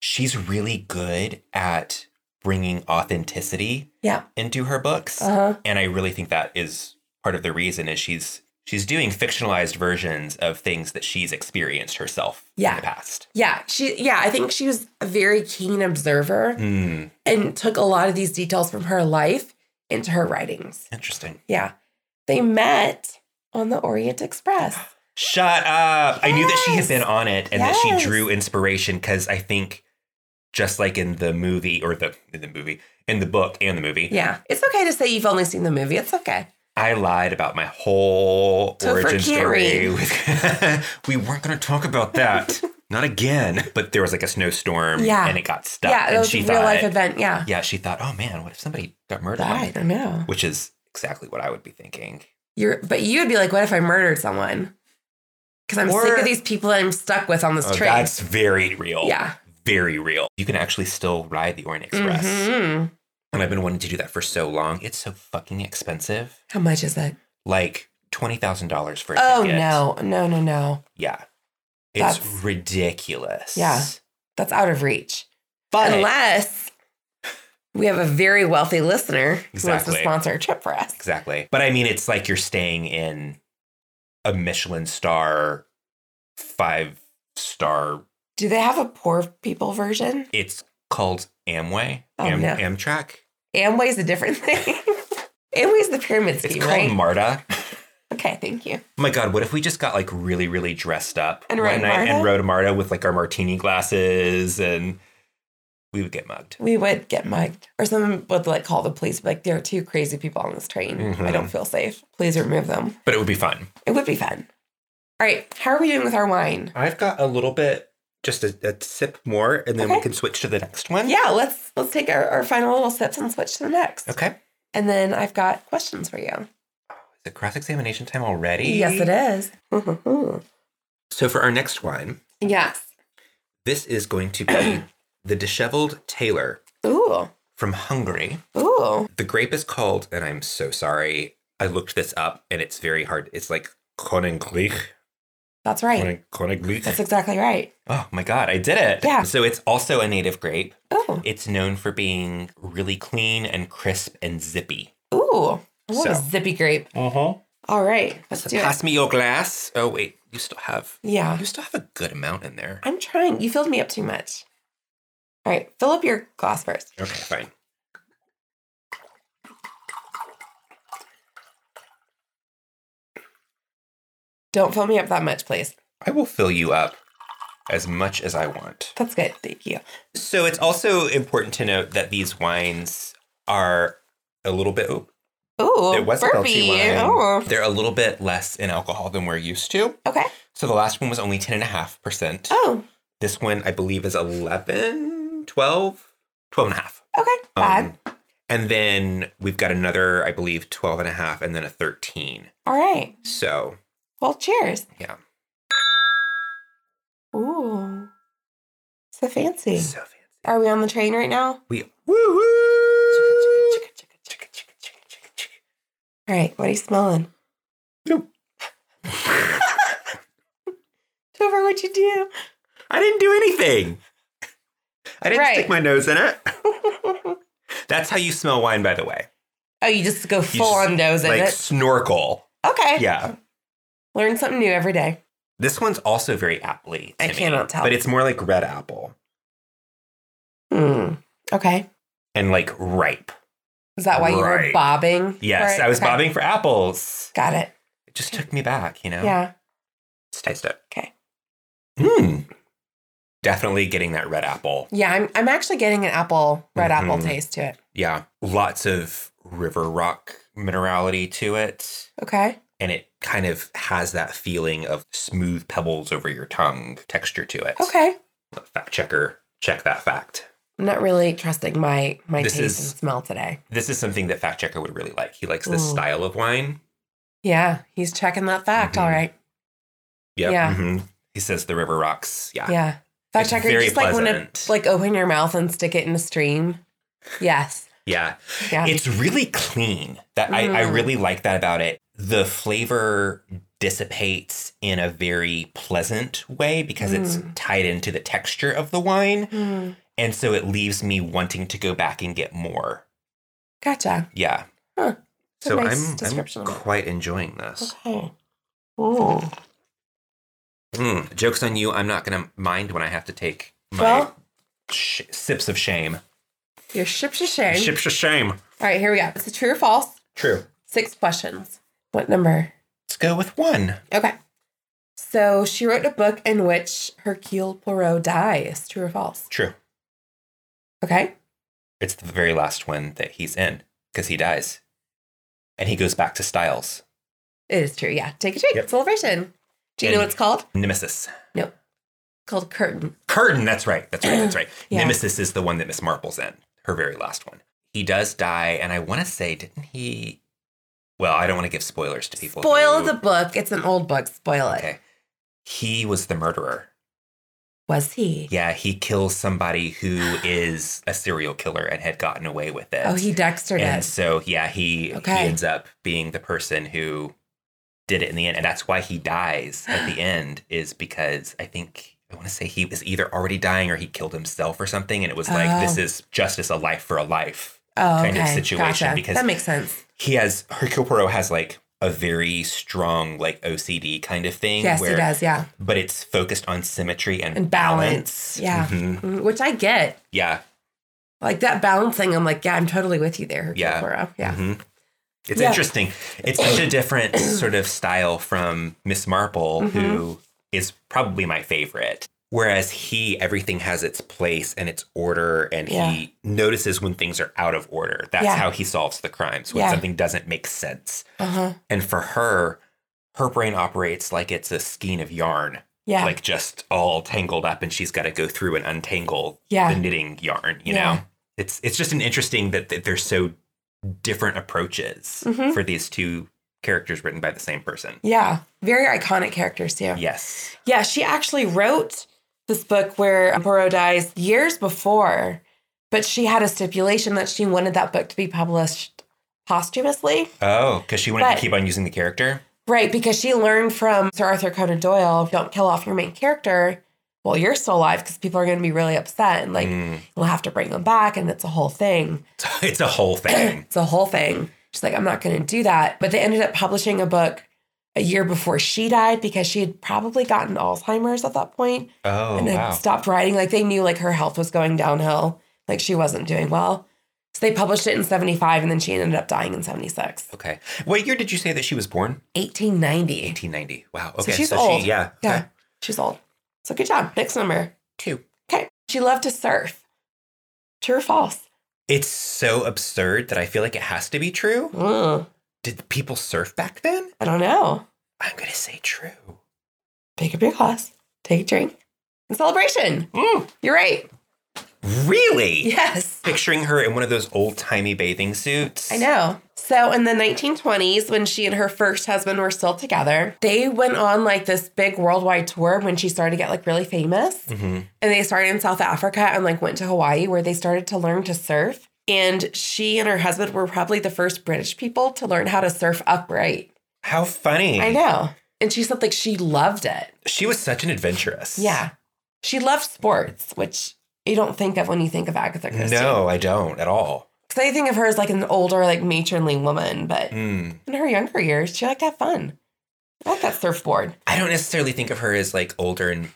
[SPEAKER 2] she's really good at bringing authenticity
[SPEAKER 3] yeah,
[SPEAKER 2] into her books.
[SPEAKER 3] uh huh,
[SPEAKER 2] and I really think that is part of the reason is she's she's doing fictionalized versions of things that she's experienced herself in
[SPEAKER 3] Yeah.
[SPEAKER 2] the past.
[SPEAKER 3] yeah. She, yeah, I think she was a very keen observer
[SPEAKER 2] Mm,
[SPEAKER 3] and took a lot of these details from her life into her writings.
[SPEAKER 2] interesting.
[SPEAKER 3] Yeah, they met on the Orient Express.
[SPEAKER 2] Shut up! I knew that she had
[SPEAKER 3] Yes.
[SPEAKER 2] been on it and that
[SPEAKER 3] Yes.
[SPEAKER 2] she drew inspiration because I think just like in the movie or the in the movie in the book and the movie,
[SPEAKER 3] Yeah, it's okay to say you've only seen the movie. It's okay.
[SPEAKER 2] I lied about my whole
[SPEAKER 3] So for
[SPEAKER 2] origin story.
[SPEAKER 3] Carrie.
[SPEAKER 2] with- we weren't going to talk about that. Not again. But there was like a snowstorm
[SPEAKER 3] Yeah.
[SPEAKER 2] and it got stuck.
[SPEAKER 3] yeah,
[SPEAKER 2] and
[SPEAKER 3] it was a
[SPEAKER 2] she
[SPEAKER 3] real
[SPEAKER 2] thought-
[SPEAKER 3] life event. Yeah.
[SPEAKER 2] yeah, she thought, oh man, what if somebody got murdered?
[SPEAKER 3] I don't know.
[SPEAKER 2] Which is exactly what I would be thinking.
[SPEAKER 3] You're, but you'd be like, what if I murdered someone? Because I'm sick
[SPEAKER 2] Or-
[SPEAKER 3] of these people that I'm stuck with on this
[SPEAKER 2] Oh,
[SPEAKER 3] train.
[SPEAKER 2] that's very real.
[SPEAKER 3] yeah.
[SPEAKER 2] Very real. You can actually still ride the Orient Express.
[SPEAKER 3] Mhm.
[SPEAKER 2] And I've been wanting to do that for so long. It's so fucking expensive.
[SPEAKER 3] How much is it?
[SPEAKER 2] Like $20,000 for a
[SPEAKER 3] Oh
[SPEAKER 2] ticket.
[SPEAKER 3] no, no, no, no.
[SPEAKER 2] Yeah. It's
[SPEAKER 3] That's-
[SPEAKER 2] ridiculous.
[SPEAKER 3] Yeah. That's out of reach.
[SPEAKER 2] But
[SPEAKER 3] Unless we have a very wealthy listener who wants to
[SPEAKER 2] Exactly.
[SPEAKER 3] sponsor a trip for us.
[SPEAKER 2] Exactly. But I mean, it's like you're staying in a Michelin star, five star.
[SPEAKER 3] Do they have a poor people version?
[SPEAKER 2] It's called Amway,
[SPEAKER 3] Oh,
[SPEAKER 2] Am-
[SPEAKER 3] no.
[SPEAKER 2] Amtrak.
[SPEAKER 3] Amway's a different thing. Amway's the pyramid
[SPEAKER 2] It's
[SPEAKER 3] scheme,
[SPEAKER 2] called
[SPEAKER 3] right?
[SPEAKER 2] Marta.
[SPEAKER 3] okay, thank you.
[SPEAKER 2] Oh my god, what if we just got like really, really dressed up
[SPEAKER 3] And
[SPEAKER 2] one
[SPEAKER 3] rode
[SPEAKER 2] night and
[SPEAKER 3] Marta?
[SPEAKER 2] rode Marta with like our martini glasses and we would get mugged.
[SPEAKER 3] We would get mugged, or someone would like call the police. Like there are two crazy people on this train. I
[SPEAKER 2] Mhm.
[SPEAKER 3] don't feel safe. Please remove them.
[SPEAKER 2] But it would be fun.
[SPEAKER 3] It would be fun. All right, how are we doing with our wine?
[SPEAKER 2] I've got a little bit just a, a sip more and then we
[SPEAKER 3] Okay.
[SPEAKER 2] can switch to the next one.
[SPEAKER 3] Yeah, let's let's take our, our final little sips and switch to the next.
[SPEAKER 2] Okay. Is
[SPEAKER 3] And then I've got questions for you.
[SPEAKER 2] it cross examination time already?
[SPEAKER 3] Yes, it is.
[SPEAKER 2] So for our next wine,
[SPEAKER 3] yes.
[SPEAKER 2] this is going to be the disheveled tailor
[SPEAKER 3] Ooh.
[SPEAKER 2] from Hungary.
[SPEAKER 3] Ooh.
[SPEAKER 2] The grape is called, and I'm so sorry, I looked this up and it's very hard. It's like Königlich.
[SPEAKER 3] That's right.
[SPEAKER 2] König- Königlich.
[SPEAKER 3] That's exactly right.
[SPEAKER 2] oh my God, I did it.
[SPEAKER 3] Yeah.
[SPEAKER 2] So it's also a native grape.
[SPEAKER 3] Oh,
[SPEAKER 2] It's known for being really clean and crisp and zippy.
[SPEAKER 3] ooh. What a
[SPEAKER 2] So.
[SPEAKER 3] zippy grape.
[SPEAKER 2] Uh huh.
[SPEAKER 3] All right. Let's
[SPEAKER 2] So
[SPEAKER 3] do it.
[SPEAKER 2] pass me your glass. Oh wait, you still have
[SPEAKER 3] Yeah.
[SPEAKER 2] you still have a good amount in there.
[SPEAKER 3] I'm trying. You filled me up too much. All right. Fill up your glass first.
[SPEAKER 2] Okay, fine.
[SPEAKER 3] Don't fill me up that much, please.
[SPEAKER 2] I will fill you up as much as I want.
[SPEAKER 3] That's good. Thank you.
[SPEAKER 2] So it's also important to note that these wines are a little bit oh,
[SPEAKER 3] Ooh.
[SPEAKER 2] it was a
[SPEAKER 3] burpee.
[SPEAKER 2] belchy wine.
[SPEAKER 3] Oh.
[SPEAKER 2] They're a little bit less in alcohol than we're used to.
[SPEAKER 3] Okay.
[SPEAKER 2] So the last one was only 10.5%.
[SPEAKER 3] Oh,
[SPEAKER 2] This one I believe is 11, 12, 12 and a half.
[SPEAKER 3] okay. Bad.
[SPEAKER 2] Um, and then we've got another, I believe, 12 and a half and then a 13.
[SPEAKER 3] All right.
[SPEAKER 2] So
[SPEAKER 3] Well, cheers.
[SPEAKER 2] Yeah.
[SPEAKER 3] Ooh. So fancy.
[SPEAKER 2] So fancy.
[SPEAKER 3] Are we on the train right now?
[SPEAKER 2] We woohoo!
[SPEAKER 3] All right. What are you smelling?
[SPEAKER 2] Nope.
[SPEAKER 3] Tover, what'd you do?
[SPEAKER 2] I didn't do anything. I didn't
[SPEAKER 3] Right.
[SPEAKER 2] stick my nose in it.
[SPEAKER 3] oh,
[SPEAKER 2] That's how you smell wine, by the way.
[SPEAKER 3] you just go full
[SPEAKER 2] just,
[SPEAKER 3] on nose in
[SPEAKER 2] like
[SPEAKER 3] it.
[SPEAKER 2] snorkel.
[SPEAKER 3] Okay.
[SPEAKER 2] Yeah.
[SPEAKER 3] Learn something new every day.
[SPEAKER 2] This one's also very appley. to
[SPEAKER 3] I
[SPEAKER 2] me,
[SPEAKER 3] cannot tell.
[SPEAKER 2] But it's more like red apple
[SPEAKER 3] Hmm. Okay.
[SPEAKER 2] and like ripe.
[SPEAKER 3] Is that why you were
[SPEAKER 2] Right.
[SPEAKER 3] bobbing?
[SPEAKER 2] Yes,
[SPEAKER 3] for it?
[SPEAKER 2] I was
[SPEAKER 3] Okay.
[SPEAKER 2] bobbing for apples.
[SPEAKER 3] Got it.
[SPEAKER 2] It just took me back, you know?
[SPEAKER 3] Yeah.
[SPEAKER 2] Let's taste it.
[SPEAKER 3] Okay.
[SPEAKER 2] Mm. Definitely getting that red apple.
[SPEAKER 3] Yeah. I'm, I'm actually getting an apple, red apple
[SPEAKER 2] Mhm.
[SPEAKER 3] taste to it.
[SPEAKER 2] Yeah. Lots of river rock minerality to it.
[SPEAKER 3] Okay.
[SPEAKER 2] and it kind of has that feeling of smooth pebbles over your tongue texture to it.
[SPEAKER 3] Okay.
[SPEAKER 2] Fact checker, check that fact.
[SPEAKER 3] I'm not really trusting my my
[SPEAKER 2] This
[SPEAKER 3] taste
[SPEAKER 2] is-
[SPEAKER 3] and smell today.
[SPEAKER 2] This is something that fact checker would really like. He likes this
[SPEAKER 3] Ooh.
[SPEAKER 2] style of wine.
[SPEAKER 3] Yeah, he's checking that fact.
[SPEAKER 2] Mhm.
[SPEAKER 3] All right.
[SPEAKER 2] Yep.
[SPEAKER 3] Yeah.
[SPEAKER 2] mhm. He says the river rocks. Yeah.
[SPEAKER 3] Yeah. Fact
[SPEAKER 2] Uh, It's
[SPEAKER 3] checker, you
[SPEAKER 2] very
[SPEAKER 3] just like want
[SPEAKER 2] pleasant.
[SPEAKER 3] to like open your mouth and stick it in the stream. Yes.
[SPEAKER 2] Yeah.
[SPEAKER 3] Yeah.
[SPEAKER 2] It's really clean. That I, I
[SPEAKER 3] Mm.
[SPEAKER 2] really like that about it. The flavor dissipates in a very pleasant way because it's
[SPEAKER 3] Mm.
[SPEAKER 2] tied into the texture of the wine.
[SPEAKER 3] Hmm.
[SPEAKER 2] And so it leaves me wanting to go back and get more.
[SPEAKER 3] Gotcha.
[SPEAKER 2] Yeah.
[SPEAKER 3] Huh. It's a
[SPEAKER 2] So
[SPEAKER 3] nice
[SPEAKER 2] I'm-
[SPEAKER 3] description
[SPEAKER 2] I'm,
[SPEAKER 3] of it.
[SPEAKER 2] quite enjoying this.
[SPEAKER 3] Okay. Ooh.
[SPEAKER 2] Mm, jokes on you. I'm not gonna mind when I have to take my
[SPEAKER 3] Well-
[SPEAKER 2] sh- sips of shame.
[SPEAKER 3] Your ship's a shame.
[SPEAKER 2] Sips of shame.
[SPEAKER 3] All right, here we go. It's a true or false.
[SPEAKER 2] True.
[SPEAKER 3] Six questions. What number?
[SPEAKER 2] Let's go with one.
[SPEAKER 3] Okay. So she wrote a book in which Hercule Poirot dies. True or false?
[SPEAKER 2] True.
[SPEAKER 3] Okay.
[SPEAKER 2] It's the very last one that he's in because he dies, and he goes back to Styles.
[SPEAKER 3] It is true. Yeah. Take a drink.
[SPEAKER 2] Yep.
[SPEAKER 3] Celebration. Do you know
[SPEAKER 2] And-
[SPEAKER 3] what it's called?
[SPEAKER 2] Nemesis.
[SPEAKER 3] called Curtain.
[SPEAKER 2] Curtain. That's right. That's right. That's right.
[SPEAKER 3] Yeah.
[SPEAKER 2] Nemesis is the one that Miss Marple's in. Her very last one. He does die, and I want to say, didn't he? Well, I don't want to give spoilers to people.
[SPEAKER 3] Spoil
[SPEAKER 2] who-
[SPEAKER 3] the book. It's an old book. Spoil it.
[SPEAKER 2] Okay. He was the murderer.
[SPEAKER 3] Was he?
[SPEAKER 2] Yeah, he kills somebody who is a serial killer and had gotten away with it.
[SPEAKER 3] Oh, he Dextered
[SPEAKER 2] And
[SPEAKER 3] it.
[SPEAKER 2] so, yeah, he, he
[SPEAKER 3] Okay.
[SPEAKER 2] ends up being the person who did it in the end. And that's why he dies at the end, is because I think, I want to say he was either already dying or he killed himself or something. And it was like, this
[SPEAKER 3] Oh.
[SPEAKER 2] is justice, a life for a life.
[SPEAKER 3] Oh, okay.
[SPEAKER 2] kind of situation
[SPEAKER 3] gotcha.
[SPEAKER 2] because-
[SPEAKER 3] that makes sense.
[SPEAKER 2] He has, Hercule Poirot has like a very strong, like OCD kind of thing.
[SPEAKER 3] Yes,
[SPEAKER 2] where,
[SPEAKER 3] he does. Yeah,
[SPEAKER 2] But it's focused on symmetry and,
[SPEAKER 3] and balance. Yeah,
[SPEAKER 2] Mhm.
[SPEAKER 3] Mm, which I get.
[SPEAKER 2] Yeah.
[SPEAKER 3] Like that balancing. I'm like, yeah, I'm totally with you there. Hercule
[SPEAKER 2] Yeah.
[SPEAKER 3] Poirot. Yeah.
[SPEAKER 2] Mhm. It's
[SPEAKER 3] Yeah.
[SPEAKER 2] interesting. It's such a different sort of style from Miss Marple,
[SPEAKER 3] Mm-hmm.
[SPEAKER 2] who is probably my favorite. Whereas he, everything has its place and its order, and
[SPEAKER 3] Yeah.
[SPEAKER 2] he notices when things are out of order. That's
[SPEAKER 3] Yeah.
[SPEAKER 2] how he solves the crimes when
[SPEAKER 3] Yeah.
[SPEAKER 2] something doesn't make sense.
[SPEAKER 3] Uh huh.
[SPEAKER 2] And for her, her brain operates like it's a skein of yarn,
[SPEAKER 3] Yeah.
[SPEAKER 2] like just all tangled up, and she's got to go through and untangle
[SPEAKER 3] yeah.
[SPEAKER 2] the knitting yarn you
[SPEAKER 3] Yeah.
[SPEAKER 2] know it's it's just an interesting that, that there's so different approaches
[SPEAKER 3] Mhm.
[SPEAKER 2] for these two characters written by the same person
[SPEAKER 3] yeah. Very iconic characters too. Yeah.
[SPEAKER 2] yes
[SPEAKER 3] she actually wrote this book where Poirot dies years before, but she had a stipulation that she wanted that book to be published posthumously.
[SPEAKER 2] Oh, because she wanted
[SPEAKER 3] But-
[SPEAKER 2] to keep on using the character.
[SPEAKER 3] Right, because she learned from Sir Arthur Conan Doyle don't kill off your main character while you're still alive because people are going to be really upset and like
[SPEAKER 2] Mm.
[SPEAKER 3] we'll have to bring them back. And it's a whole thing.
[SPEAKER 2] It's a whole thing.
[SPEAKER 3] It's a whole thing. She's like, I'm not going to do that. But they ended up publishing a book a year before she died because she had probably gotten Alzheimer's at that point
[SPEAKER 2] Oh
[SPEAKER 3] and then
[SPEAKER 2] wow.
[SPEAKER 3] stopped writing. Like they knew like her health was going downhill, like she wasn't doing well. So they published it in 75 and then she ended up dying in 76.
[SPEAKER 2] Okay. What year did you say that she was born?
[SPEAKER 3] 1890.
[SPEAKER 2] 1890. Wow. Okay.
[SPEAKER 3] she's old.
[SPEAKER 2] She, yeah.
[SPEAKER 3] Yeah,
[SPEAKER 2] Okay.
[SPEAKER 3] she's old. So good job. Next number.
[SPEAKER 2] Two.
[SPEAKER 3] Okay. She loved to surf. True or false?
[SPEAKER 2] It's so absurd that I feel like it has to be true.
[SPEAKER 3] Mm,
[SPEAKER 2] Did people surf back then?
[SPEAKER 3] I don't know.
[SPEAKER 2] I'm gonna say true.
[SPEAKER 3] Pick up your glass. Take a drink. In celebration. You're right.
[SPEAKER 2] Really?
[SPEAKER 3] Yes.
[SPEAKER 2] Picturing her in one of those old timey bathing suits.
[SPEAKER 3] I know. So in the 1920s, when she and her first husband were still together, they went on like this big worldwide tour when she started to get like really famous.
[SPEAKER 2] hmm
[SPEAKER 3] And they started in South Africa and like went to Hawaii where they started to learn to surf. And she and her husband were probably the first British people to learn how to surf upright.
[SPEAKER 2] How funny.
[SPEAKER 3] I know. And she said like she loved it.
[SPEAKER 2] She was such an adventuress.
[SPEAKER 3] Yeah. She loved sports, which you don't think of when you think of Agatha Christie.
[SPEAKER 2] No, I don't at all.
[SPEAKER 3] Because I think of her as like an older, like matronly woman, but
[SPEAKER 2] Mm.
[SPEAKER 3] in her younger years, she liked to have fun. I like that surfboard.
[SPEAKER 2] I don't necessarily think of her as like older and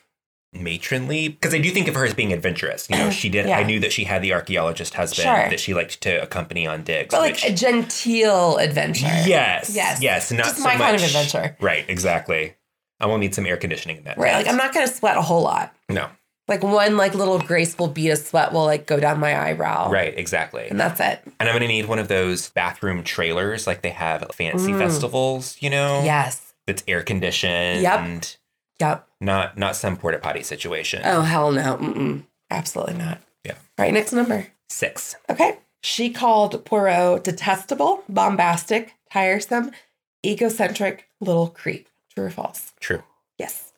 [SPEAKER 2] matronly because I do think of her as being adventurous. You know, she did.
[SPEAKER 3] Yeah.
[SPEAKER 2] I knew that she had the archaeologist husband
[SPEAKER 3] Sure.
[SPEAKER 2] that she liked to accompany on digs.
[SPEAKER 3] But like
[SPEAKER 2] which-
[SPEAKER 3] a genteel adventure.
[SPEAKER 2] yes,
[SPEAKER 3] Yes.
[SPEAKER 2] yes, yes, not
[SPEAKER 3] Just
[SPEAKER 2] so
[SPEAKER 3] my kind of
[SPEAKER 2] much-
[SPEAKER 3] adventure.
[SPEAKER 2] Right, exactly. I will need some air conditioning in that.
[SPEAKER 3] Right. Like
[SPEAKER 2] house.
[SPEAKER 3] I'm not gonna sweat a whole lot.
[SPEAKER 2] No,
[SPEAKER 3] Like one like little graceful bead of sweat will like go down my eyebrow.
[SPEAKER 2] right, exactly.
[SPEAKER 3] And that's it.
[SPEAKER 2] And I'm gonna need one of those bathroom trailers like they have at fancy
[SPEAKER 3] Mm.
[SPEAKER 2] festivals. You know,
[SPEAKER 3] Yes.
[SPEAKER 2] that's air conditioned.
[SPEAKER 3] Yep. Yep.
[SPEAKER 2] Not not some porta potty situation.
[SPEAKER 3] Oh hell no. Mm-mm. Absolutely not.
[SPEAKER 2] Yeah.
[SPEAKER 3] All right, next number.
[SPEAKER 2] Six.
[SPEAKER 3] Okay. She called Poirot detestable, bombastic, tiresome, egocentric little creep. True or false?
[SPEAKER 2] True.
[SPEAKER 3] Yes.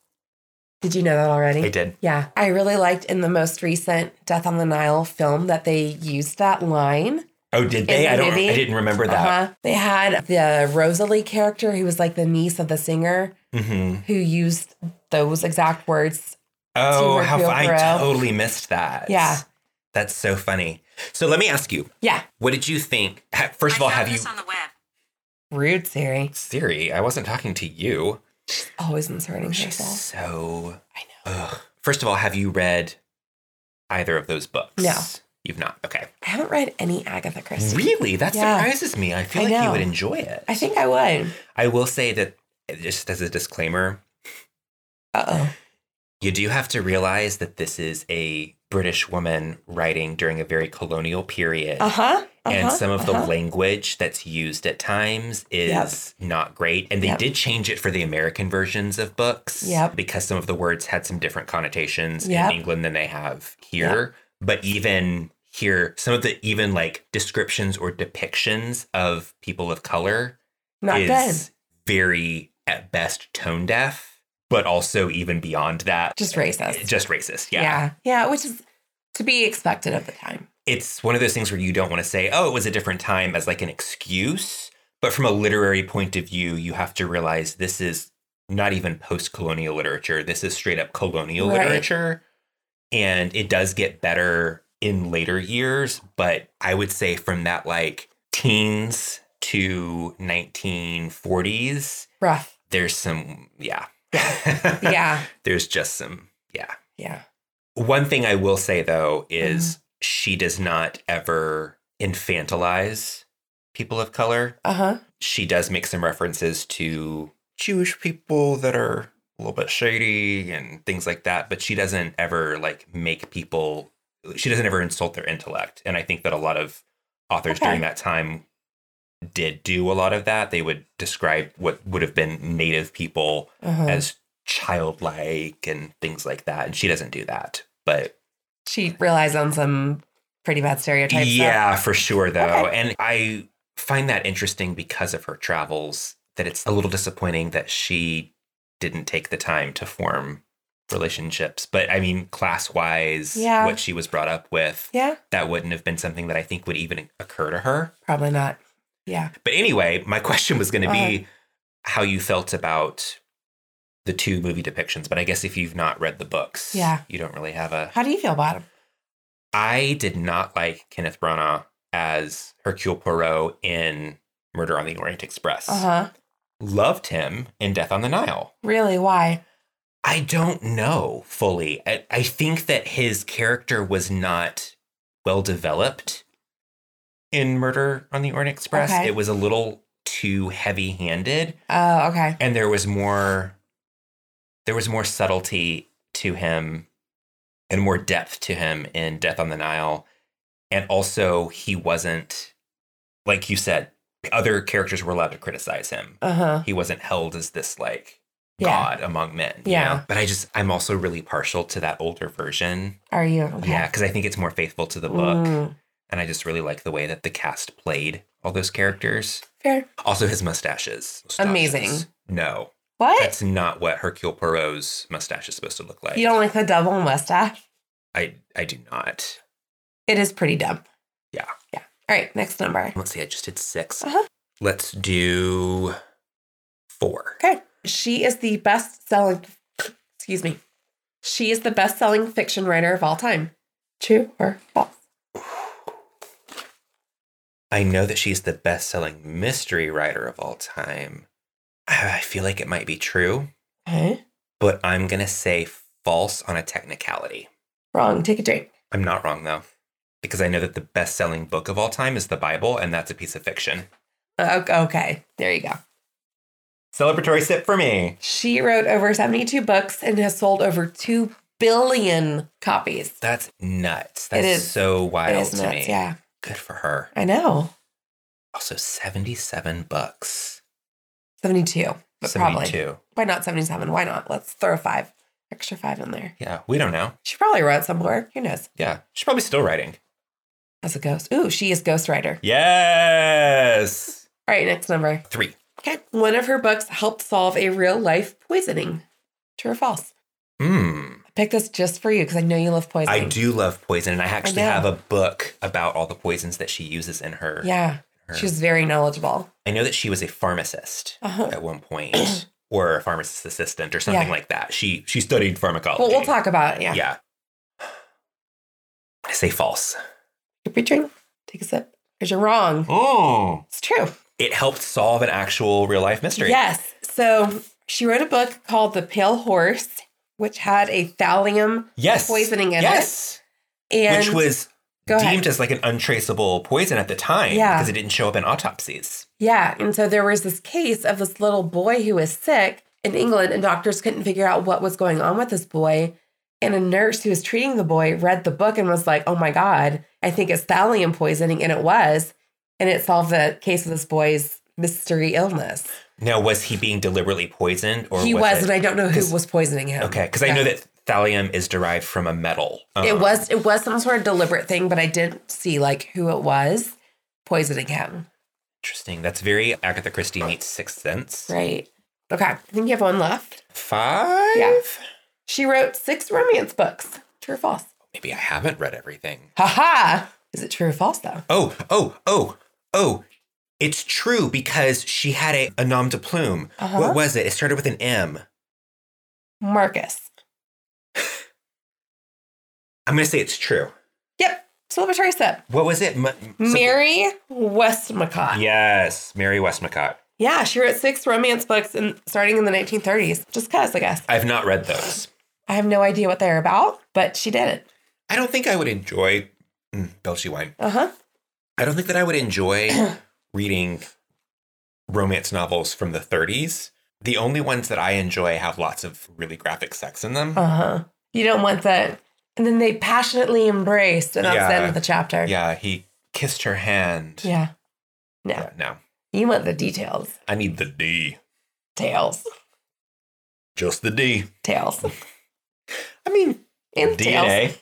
[SPEAKER 3] Did you know that already?
[SPEAKER 2] I did.
[SPEAKER 3] Yeah. I really liked in the most recent Death on the Nile film that they used that line.
[SPEAKER 2] Oh, did they?
[SPEAKER 3] the
[SPEAKER 2] I don't.
[SPEAKER 3] movie?
[SPEAKER 2] I didn't remember that.
[SPEAKER 3] Uh-huh. They had the Rosalie character who was like the niece of the singer
[SPEAKER 2] hmm
[SPEAKER 3] who used those exact words.
[SPEAKER 2] Oh,
[SPEAKER 3] Teamwork
[SPEAKER 2] how
[SPEAKER 3] Bill
[SPEAKER 2] fu- I
[SPEAKER 3] Burrell.
[SPEAKER 2] totally missed that.
[SPEAKER 3] Yeah.
[SPEAKER 2] that's so funny. So let me ask you,
[SPEAKER 3] Yeah.
[SPEAKER 2] what did you think? ha- First of
[SPEAKER 4] I
[SPEAKER 2] all,
[SPEAKER 4] found
[SPEAKER 2] have you
[SPEAKER 4] this on the web.
[SPEAKER 3] Rude Siri.
[SPEAKER 2] Siri? I wasn't talking to you.
[SPEAKER 3] Always inserting
[SPEAKER 2] She's
[SPEAKER 3] herself.
[SPEAKER 2] so.
[SPEAKER 3] I
[SPEAKER 2] Ugh. First of all, have you read either of those books?
[SPEAKER 3] No.
[SPEAKER 2] you've not. Okay,
[SPEAKER 3] I haven't read any Agatha Christie.
[SPEAKER 2] really? That
[SPEAKER 3] Yeah.
[SPEAKER 2] surprises me. I feel
[SPEAKER 3] I
[SPEAKER 2] like
[SPEAKER 3] know.
[SPEAKER 2] you would enjoy it.
[SPEAKER 3] I think I would.
[SPEAKER 2] I will say that just as a disclaimer,
[SPEAKER 3] Uh oh.
[SPEAKER 2] You do have to realize that this is a British woman writing during a very colonial period.
[SPEAKER 3] Uh huh.
[SPEAKER 2] and some of
[SPEAKER 3] uh-huh.
[SPEAKER 2] the language that's used at times is not great. And they
[SPEAKER 3] Yep.
[SPEAKER 2] did change it for the American versions of books
[SPEAKER 3] Yep.
[SPEAKER 2] because some of the words had some different connotations
[SPEAKER 3] Yep.
[SPEAKER 2] in England than they have here. But even here, some of the even like descriptions or depictions of people of color
[SPEAKER 3] not
[SPEAKER 2] is very at best tone deaf, but also even beyond that,
[SPEAKER 3] good. Just racist.
[SPEAKER 2] just racist.
[SPEAKER 3] yeah.
[SPEAKER 2] Yeah.
[SPEAKER 3] yeah, which is to be expected at the time.
[SPEAKER 2] It's one of those things where you don't want to say, oh, it was a different time as like an excuse. But from a literary point of view, you have to realize this is not even post colonial literature. This is straight up colonial
[SPEAKER 3] Right.
[SPEAKER 2] literature. And it does get better in later years. But I would say from that like teens to 1940s,
[SPEAKER 3] Rough.
[SPEAKER 2] there's some, yeah.
[SPEAKER 3] Yeah,
[SPEAKER 2] there's just some, yeah.
[SPEAKER 3] yeah.
[SPEAKER 2] One thing I will say though is she does not ever infantilize people of color.
[SPEAKER 3] Uh huh.
[SPEAKER 2] She does make some references to Jewish people that are a little bit shady and things like that, but she doesn't ever like make people she doesn't ever insult their intellect. And I think that a lot of authors
[SPEAKER 3] Okay.
[SPEAKER 2] during that time did do a lot of that. They would describe what would have been native people
[SPEAKER 3] Uh huh.
[SPEAKER 2] as childlike and things like that. And she doesn't do that. But
[SPEAKER 3] She relies on some pretty bad stereotypes. though.
[SPEAKER 2] yeah, for sure, though.
[SPEAKER 3] Okay.
[SPEAKER 2] And I find that interesting because of her travels, that it's a little disappointing that she didn't take the time to form relationships. But I mean, class wise,
[SPEAKER 3] Yeah.
[SPEAKER 2] what she was brought up with,
[SPEAKER 3] Yeah,
[SPEAKER 2] that wouldn't have been something that I think would even occur to her.
[SPEAKER 3] probably not. Yeah.
[SPEAKER 2] But anyway, my question was going to
[SPEAKER 3] Uh-huh.
[SPEAKER 2] be how you felt about the two movie depictions. But I guess if you've not read the books,
[SPEAKER 3] Yeah.
[SPEAKER 2] you don't really have a.
[SPEAKER 3] How do you feel about him?
[SPEAKER 2] I did not like Kenneth Branagh as Hercule Poirot in Murder on the Orient Express.
[SPEAKER 3] Uh huh.
[SPEAKER 2] Loved him in Death on the Nile.
[SPEAKER 3] Really? Why?
[SPEAKER 2] I don't know fully. I, I think that his character was not well developed in Murder on the Orient Express.
[SPEAKER 3] Okay.
[SPEAKER 2] It was a little too heavy handed,
[SPEAKER 3] Oh, okay.
[SPEAKER 2] and there was more there was more subtlety to him and more depth to him in Death on the Nile. And also he wasn't like you said, other characters were allowed to criticize him
[SPEAKER 3] Uh huh.
[SPEAKER 2] he wasn't held as this like
[SPEAKER 3] Yeah.
[SPEAKER 2] god among men. you
[SPEAKER 3] Yeah.
[SPEAKER 2] know? But I just I'm also really partial to that older version.
[SPEAKER 3] Are you?
[SPEAKER 2] Yeah, 'cause
[SPEAKER 3] Okay.
[SPEAKER 2] Yeah, because I think it's more faithful to the book,
[SPEAKER 3] Mm.
[SPEAKER 2] and I just really like the way that the cast played all those characters.
[SPEAKER 3] Fair.
[SPEAKER 2] Also, his mustaches. Mustaches.
[SPEAKER 3] Amazing.
[SPEAKER 2] No,
[SPEAKER 3] What?
[SPEAKER 2] that's not what Hercule Poirot's mustache is supposed to look like.
[SPEAKER 3] You don't like the double mustache?
[SPEAKER 2] I I do not.
[SPEAKER 3] It is pretty dumb.
[SPEAKER 2] Yeah.
[SPEAKER 3] Yeah. All right. Next number.
[SPEAKER 2] Let's see. I just did 6
[SPEAKER 3] Uh-huh.
[SPEAKER 2] Let's do four.
[SPEAKER 3] Okay. She is the best selling, excuse me. She is the best selling fiction writer of all time. True or false?
[SPEAKER 2] I know that she's the best selling mystery writer of all time. I I feel like it might be true,
[SPEAKER 3] Okay.
[SPEAKER 2] but I'm going to say false on a technicality.
[SPEAKER 3] Wrong. Take a drink.
[SPEAKER 2] I'm not wrong, though, because I know that the best selling book of all time is the Bible, and that's a piece of fiction.
[SPEAKER 3] Uh, O- Okay. There you go.
[SPEAKER 2] Celebratory sip for me.
[SPEAKER 3] She wrote over 72 books and has sold over 2 billion copies.
[SPEAKER 2] That's nuts. That's
[SPEAKER 3] is-
[SPEAKER 2] so wild
[SPEAKER 3] It is
[SPEAKER 2] to me.
[SPEAKER 3] nuts. Yeah.
[SPEAKER 2] Good for her.
[SPEAKER 3] I know.
[SPEAKER 2] Also, 77 bucks.
[SPEAKER 3] 72. But
[SPEAKER 2] 72.
[SPEAKER 3] probably. Why not 77? Why not? Let's throw a five, extra five in there.
[SPEAKER 2] Yeah, we don't know.
[SPEAKER 3] She probably wrote somewhere. Who knows?
[SPEAKER 2] Yeah, she's probably still writing.
[SPEAKER 3] As a ghost. Ooh, she is ghostwriter.
[SPEAKER 2] Yes.
[SPEAKER 3] All right, next number.
[SPEAKER 2] Three.
[SPEAKER 3] Okay. One of her books helped solve a real life poisoning. True or false?
[SPEAKER 2] Mmm.
[SPEAKER 3] I picked this just for you because I know you love poisoning.
[SPEAKER 2] I do love poison, and I actually
[SPEAKER 3] know.
[SPEAKER 2] have a book about all the poisons that she uses in her.
[SPEAKER 3] Yeah.
[SPEAKER 2] her-
[SPEAKER 3] She's very knowledgeable.
[SPEAKER 2] I know that she was a pharmacist
[SPEAKER 3] Uh-huh.
[SPEAKER 2] at one point, or a pharmacist assistant, or something
[SPEAKER 3] Yeah.
[SPEAKER 2] like that. She she studied pharmacology.
[SPEAKER 3] Well, we'll talk about it. Yeah.
[SPEAKER 2] Yeah. I say false.
[SPEAKER 3] Keep your drink. Take a sip because you're wrong.
[SPEAKER 2] Oh.
[SPEAKER 3] It's true.
[SPEAKER 2] It helped solve an actual real life mystery.
[SPEAKER 3] Mm. Yes. So she wrote a book called The Pale Horse, which had a thallium
[SPEAKER 2] Yes.
[SPEAKER 3] Poisoning in it.
[SPEAKER 2] yes.
[SPEAKER 3] and
[SPEAKER 2] Which was
[SPEAKER 3] Go
[SPEAKER 2] deemed
[SPEAKER 3] ahead.
[SPEAKER 2] as like an untraceable poison at the time
[SPEAKER 3] Yeah.
[SPEAKER 2] because it didn't show up in autopsies.
[SPEAKER 3] Yeah. And so there was this case of this little boy who was sick in England, and doctors couldn't figure out what was going on with this boy. And a nurse who was treating the boy read the book and was like, oh my God, I think it's thallium poisoning. And it was. And it solved the case of this boy's mystery illness.
[SPEAKER 2] Now, was he being deliberately poisoned, or
[SPEAKER 3] he was,
[SPEAKER 2] was it-
[SPEAKER 3] and I don't know who
[SPEAKER 2] 'cause-
[SPEAKER 3] was poisoning him.
[SPEAKER 2] Okay, because
[SPEAKER 3] Yeah.
[SPEAKER 2] I know that thallium is derived from a metal. Um,
[SPEAKER 3] It was it was some sort of deliberate thing, but I didn't see like who it was poisoning him.
[SPEAKER 2] interesting. That's very Agatha Christie meets Sixth Sense.
[SPEAKER 3] Right. Okay. I think you have one left.
[SPEAKER 2] Five.
[SPEAKER 3] Yeah. She wrote six romance books. True or false?
[SPEAKER 2] Maybe I haven't read everything.
[SPEAKER 3] Haha. Is it true or false though?
[SPEAKER 2] Oh, oh, oh, oh! It's true because she had a, a nom de plume.
[SPEAKER 3] Uh-huh.
[SPEAKER 2] What was it? It started with an M.
[SPEAKER 3] Marcus.
[SPEAKER 2] I'm gonna say it's true.
[SPEAKER 3] Yep. Celebratory sip.
[SPEAKER 2] What was it? M- m- something-
[SPEAKER 3] Mary Westmacott.
[SPEAKER 2] Yes, Mary Westmacott.
[SPEAKER 3] Yeah, she wrote six romance books in, starting in the 1930s. Just cause, I guess.
[SPEAKER 2] I've not read those.
[SPEAKER 3] I have no idea what they're about, but she did it.
[SPEAKER 2] I don't think I would enjoy mm, Belchy wine.
[SPEAKER 3] Uh huh.
[SPEAKER 2] I don't think that I would enjoy reading romance novels from the 30s. The only ones that I enjoy have lots of really graphic sex in them.
[SPEAKER 3] Uh huh. You don't want that. And then they passionately embraced, and that's the end
[SPEAKER 2] Yeah.
[SPEAKER 3] of the chapter.
[SPEAKER 2] Yeah, he kissed her hand.
[SPEAKER 3] Yeah. No.
[SPEAKER 2] Yeah, no.
[SPEAKER 3] You want the details.
[SPEAKER 2] I need the D.
[SPEAKER 3] Tails.
[SPEAKER 2] Just the D.
[SPEAKER 3] Tails.
[SPEAKER 2] I mean,
[SPEAKER 3] And tails.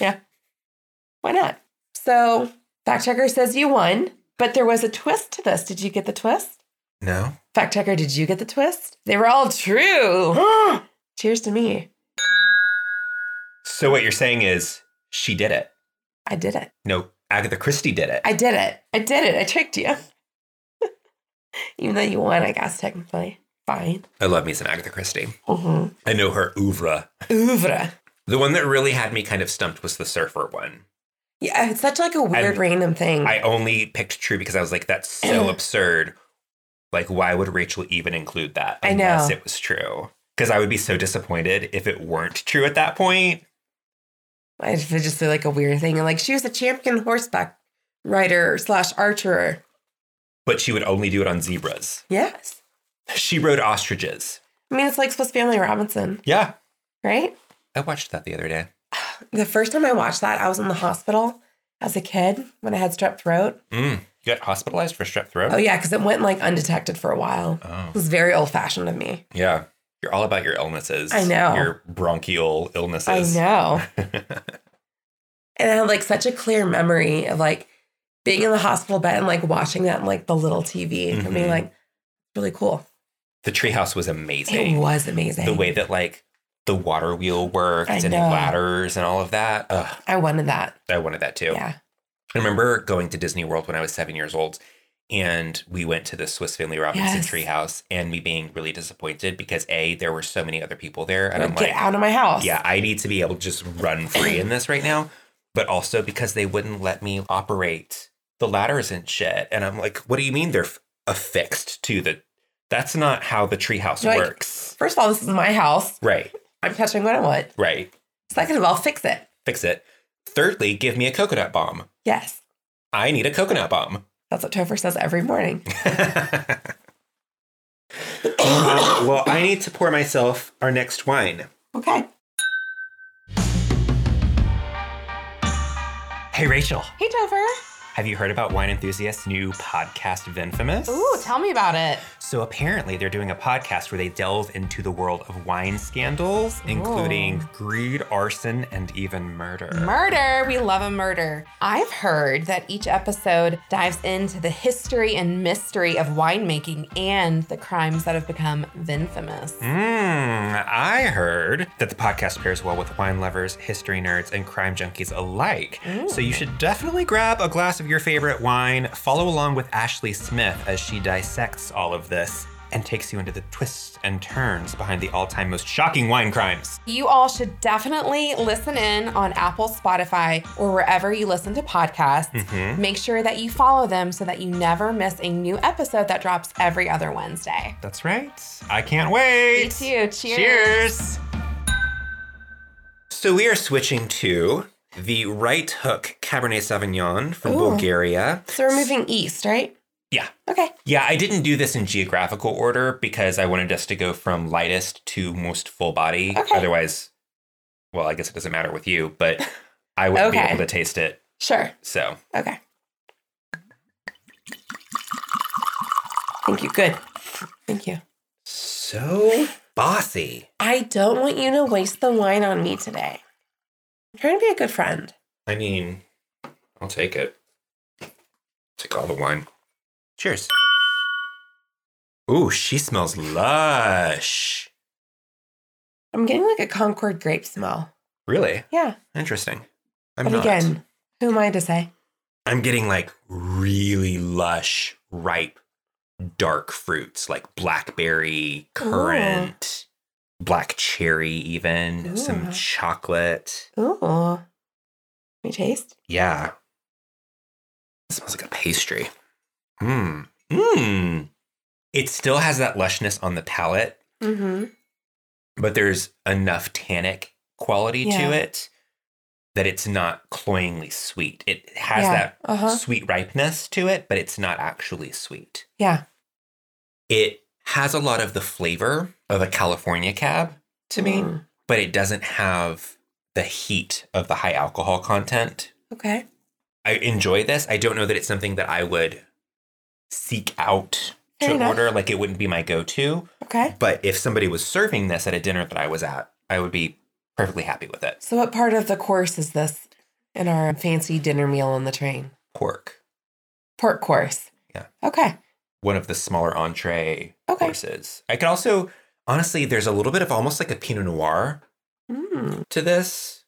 [SPEAKER 2] DNA.
[SPEAKER 3] Why not? So, fact checker says you won, but there was a twist to this. Did you get the twist?
[SPEAKER 2] No.
[SPEAKER 3] Fact checker, did you get the twist? They were all true. Cheers to me.
[SPEAKER 2] So what you're saying is she did it.
[SPEAKER 3] I did it.
[SPEAKER 2] No, Agatha Christie did it.
[SPEAKER 3] I did it. I did it. I tricked you. even though you won, I guess, technically. Fine.
[SPEAKER 2] I love me some Agatha Christie.
[SPEAKER 3] hmm
[SPEAKER 2] I know her oeuvre.
[SPEAKER 3] Oeuvre.
[SPEAKER 2] The one that really had me kind of stumped was the surfer one.
[SPEAKER 3] Yeah, it's such like a weird
[SPEAKER 2] I'm-
[SPEAKER 3] random thing.
[SPEAKER 2] I only picked True because I was like, that's so absurd. Like, why would Rachel even include that
[SPEAKER 3] I know.
[SPEAKER 2] unless it was true? Because I would be so disappointed if it weren't true at that point.
[SPEAKER 3] I just, it's just like a weird thing. And like she was a champion horseback rider slash archer.
[SPEAKER 2] But she would only do it on zebras.
[SPEAKER 3] Yes.
[SPEAKER 2] She rode ostriches.
[SPEAKER 3] I mean, it's like Swiss Family Robinson,
[SPEAKER 2] Yeah.
[SPEAKER 3] right?
[SPEAKER 2] I watched that the other day.
[SPEAKER 3] The first time I watched that, I was in the hospital as a kid when I had strep throat.
[SPEAKER 2] Mm. You got hospitalized for strep throat?
[SPEAKER 3] Oh, yeah, because it went like undetected for a while.
[SPEAKER 2] Oh.
[SPEAKER 3] It was very old fashioned of me.
[SPEAKER 2] Yeah. You're all about your illnesses.
[SPEAKER 3] I know.
[SPEAKER 2] Your bronchial
[SPEAKER 3] I
[SPEAKER 2] illnesses.
[SPEAKER 3] know.
[SPEAKER 2] know.
[SPEAKER 3] And I had like such a clear memory of like being in the hospital bed and like watching that on like the little TV and being
[SPEAKER 2] Mhm.
[SPEAKER 3] like, really cool.
[SPEAKER 2] the treehouse was amazing.
[SPEAKER 3] It was amazing.
[SPEAKER 2] the way that like the water wheel worked
[SPEAKER 3] I
[SPEAKER 2] and the
[SPEAKER 3] know.
[SPEAKER 2] ladders and all of that. Ugh,
[SPEAKER 3] I wanted that.
[SPEAKER 2] I wanted that too.
[SPEAKER 3] Yeah.
[SPEAKER 2] I remember going to Disney World when I was seven years old, and we went to the Swiss Family Robinson
[SPEAKER 3] Yes.
[SPEAKER 2] treehouse, and me being really disappointed because a there were so many other people there, and
[SPEAKER 3] Like,
[SPEAKER 2] I'm
[SPEAKER 3] get
[SPEAKER 2] like,
[SPEAKER 3] out of my house.
[SPEAKER 2] yeah, I need to be able to just run free in this right now, but also because they wouldn't let me operate the ladders and shit, and I'm like, what do you mean they're f- affixed to the? That's not how the treehouse
[SPEAKER 3] Like-
[SPEAKER 2] works.
[SPEAKER 3] First of all, this is my house.
[SPEAKER 2] Right,
[SPEAKER 3] I'm touching what I want.
[SPEAKER 2] right.
[SPEAKER 3] Second of all, fix it.
[SPEAKER 2] fix it. Thirdly, give me a coconut bomb.
[SPEAKER 3] Yes.
[SPEAKER 2] I need a coconut bomb.
[SPEAKER 3] That's what Topher says every morning.
[SPEAKER 2] Um, well, I need to pour myself our next wine.
[SPEAKER 3] Okay.
[SPEAKER 2] Hey, Rachel,
[SPEAKER 3] Hey, Topher.
[SPEAKER 2] have you heard about Wine Enthusiast's new podcast, Venfamous?
[SPEAKER 3] tell me about it.
[SPEAKER 2] So apparently, they're doing a podcast where they delve into the world of wine scandals, including greed, arson, and even murder.
[SPEAKER 4] Murder. We love a murder. I've heard that each episode dives into the history and mystery of winemaking and the crimes that have become infamous.
[SPEAKER 2] Mm, I heard that the podcast pairs well with wine lovers, history nerds, and crime junkies alike. So you should definitely grab a glass of your favorite wine, follow along with Ashley Smith as she dissects all of this and takes you into the twists and turns behind the all time most shocking wine crimes.
[SPEAKER 4] You all should definitely listen in on Apple, Spotify, or wherever you listen to podcasts.
[SPEAKER 3] Hmm.
[SPEAKER 2] Hmm,
[SPEAKER 4] Make sure that you follow them so that you never miss a new episode that drops every other Wednesday.
[SPEAKER 2] That's right. I can't wait.
[SPEAKER 4] Me too. Cheers.
[SPEAKER 2] Cheers. So we are switching to the Right Hook Cabernet Sauvignon from
[SPEAKER 3] Ooh.
[SPEAKER 2] Bulgaria.
[SPEAKER 3] So we're moving east, right?
[SPEAKER 2] Yeah.
[SPEAKER 3] Okay.
[SPEAKER 2] Yeah, I didn't do this in geographical order because I wanted us to go from lightest to most full body.
[SPEAKER 3] Okay.
[SPEAKER 2] Otherwise, well, I guess it doesn't matter with you, but I wouldn't be
[SPEAKER 3] Okay.
[SPEAKER 2] able to taste it.
[SPEAKER 3] Sure.
[SPEAKER 2] So,
[SPEAKER 3] Okay. Thank you. Good. Thank you.
[SPEAKER 2] so bossy.
[SPEAKER 3] I don't want you to waste the wine on me today. I'm trying to be a good friend.
[SPEAKER 2] I mean, I'll take it. Take all the wine. Cheers. Ooh, she smells lush.
[SPEAKER 3] I'm getting like a Concord grape smell.
[SPEAKER 2] Really
[SPEAKER 3] Yeah.
[SPEAKER 2] interesting. I'm
[SPEAKER 3] but
[SPEAKER 2] not.
[SPEAKER 3] again, who am I to say?
[SPEAKER 2] I'm getting like really lush, ripe, dark fruits like blackberry, currant, black cherry, even some
[SPEAKER 3] Ooh.
[SPEAKER 2] chocolate.
[SPEAKER 3] Ooh. Let me taste.
[SPEAKER 2] Yeah. It smells like a pastry. Mmm. Mmm. It still has that lushness on the palate,
[SPEAKER 3] Mm-hmm.
[SPEAKER 2] but there's enough tannic quality
[SPEAKER 3] Yeah.
[SPEAKER 2] to it that it's not cloyingly sweet. It has
[SPEAKER 3] yeah.
[SPEAKER 2] that
[SPEAKER 3] Uh-huh.
[SPEAKER 2] sweet ripeness to it, but it's not actually sweet.
[SPEAKER 3] Yeah.
[SPEAKER 2] It has a lot of the flavor of a California cab to me,
[SPEAKER 3] Mm.
[SPEAKER 2] but it doesn't have the heat of the high alcohol content.
[SPEAKER 3] Okay.
[SPEAKER 2] I enjoy this. I don't know that it's something that I would seek out
[SPEAKER 3] Fair
[SPEAKER 2] to
[SPEAKER 3] enough.
[SPEAKER 2] order. Like it wouldn't be my go to.
[SPEAKER 3] Okay.
[SPEAKER 2] But if somebody was serving this at a dinner that I was at, I would be perfectly happy with it.
[SPEAKER 3] So, what part of the course is this in our fancy dinner meal on the train?
[SPEAKER 2] Pork,
[SPEAKER 3] Pork course.
[SPEAKER 2] Yeah.
[SPEAKER 3] Okay.
[SPEAKER 2] one of the smaller entree
[SPEAKER 3] Okay.
[SPEAKER 2] courses. I could also, honestly, there's a little bit of almost like a Pinot Noir
[SPEAKER 3] Mm.
[SPEAKER 2] to this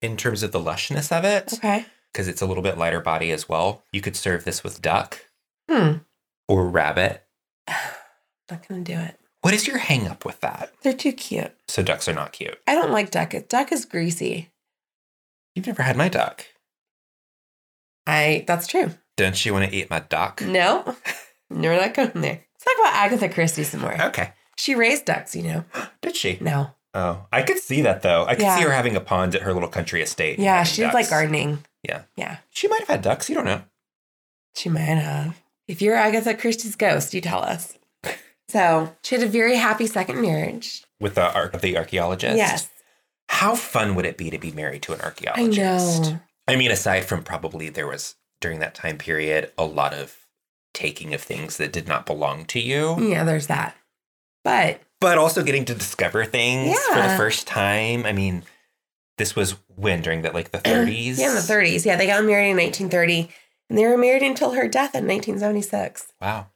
[SPEAKER 2] in terms of the lushness of it
[SPEAKER 3] Okay.
[SPEAKER 2] because it's a little bit lighter body as well. You could serve this with duck
[SPEAKER 3] Hmm.
[SPEAKER 2] or rabbit
[SPEAKER 3] Not gonna do it.
[SPEAKER 2] What is your hang up with that?
[SPEAKER 3] They're too cute.
[SPEAKER 2] So ducks are not cute.
[SPEAKER 3] I don't like duck. Duck is greasy.
[SPEAKER 2] You've never had my duck.
[SPEAKER 3] I. That's true.
[SPEAKER 2] Don't you want to eat my duck?
[SPEAKER 3] No, we're not going there. Let's talk about Agatha Christie some more.
[SPEAKER 2] Okay.
[SPEAKER 3] She raised ducks, you know.
[SPEAKER 2] Did she?
[SPEAKER 3] No.
[SPEAKER 2] Oh, I could see that though. I could
[SPEAKER 3] Yeah.
[SPEAKER 2] see her having a pond at her little country estate. and
[SPEAKER 3] Yeah,
[SPEAKER 2] having
[SPEAKER 3] she did like
[SPEAKER 2] ducks.
[SPEAKER 3] gardening.
[SPEAKER 2] Yeah.
[SPEAKER 3] Yeah.
[SPEAKER 2] She might have had ducks. You don't know.
[SPEAKER 3] She might have. If you're Agatha Christie's ghost, you tell us. So she had a very happy second marriage.
[SPEAKER 2] With the arc the archaeologist.
[SPEAKER 3] Yes.
[SPEAKER 2] How fun would it be to be married to an
[SPEAKER 3] I
[SPEAKER 2] archaeologist?
[SPEAKER 3] know.
[SPEAKER 2] I mean, aside from probably there was during that time period a lot of taking of things that did not belong to you,
[SPEAKER 3] Yeah, there's that. But
[SPEAKER 2] but also getting to discover things for the
[SPEAKER 3] Yeah.
[SPEAKER 2] first time. I mean, this was when during that like the 30s.
[SPEAKER 3] yeah, in the 30s. Yeah, they got married in 1930 and they were married until her death in 1976.
[SPEAKER 2] Wow.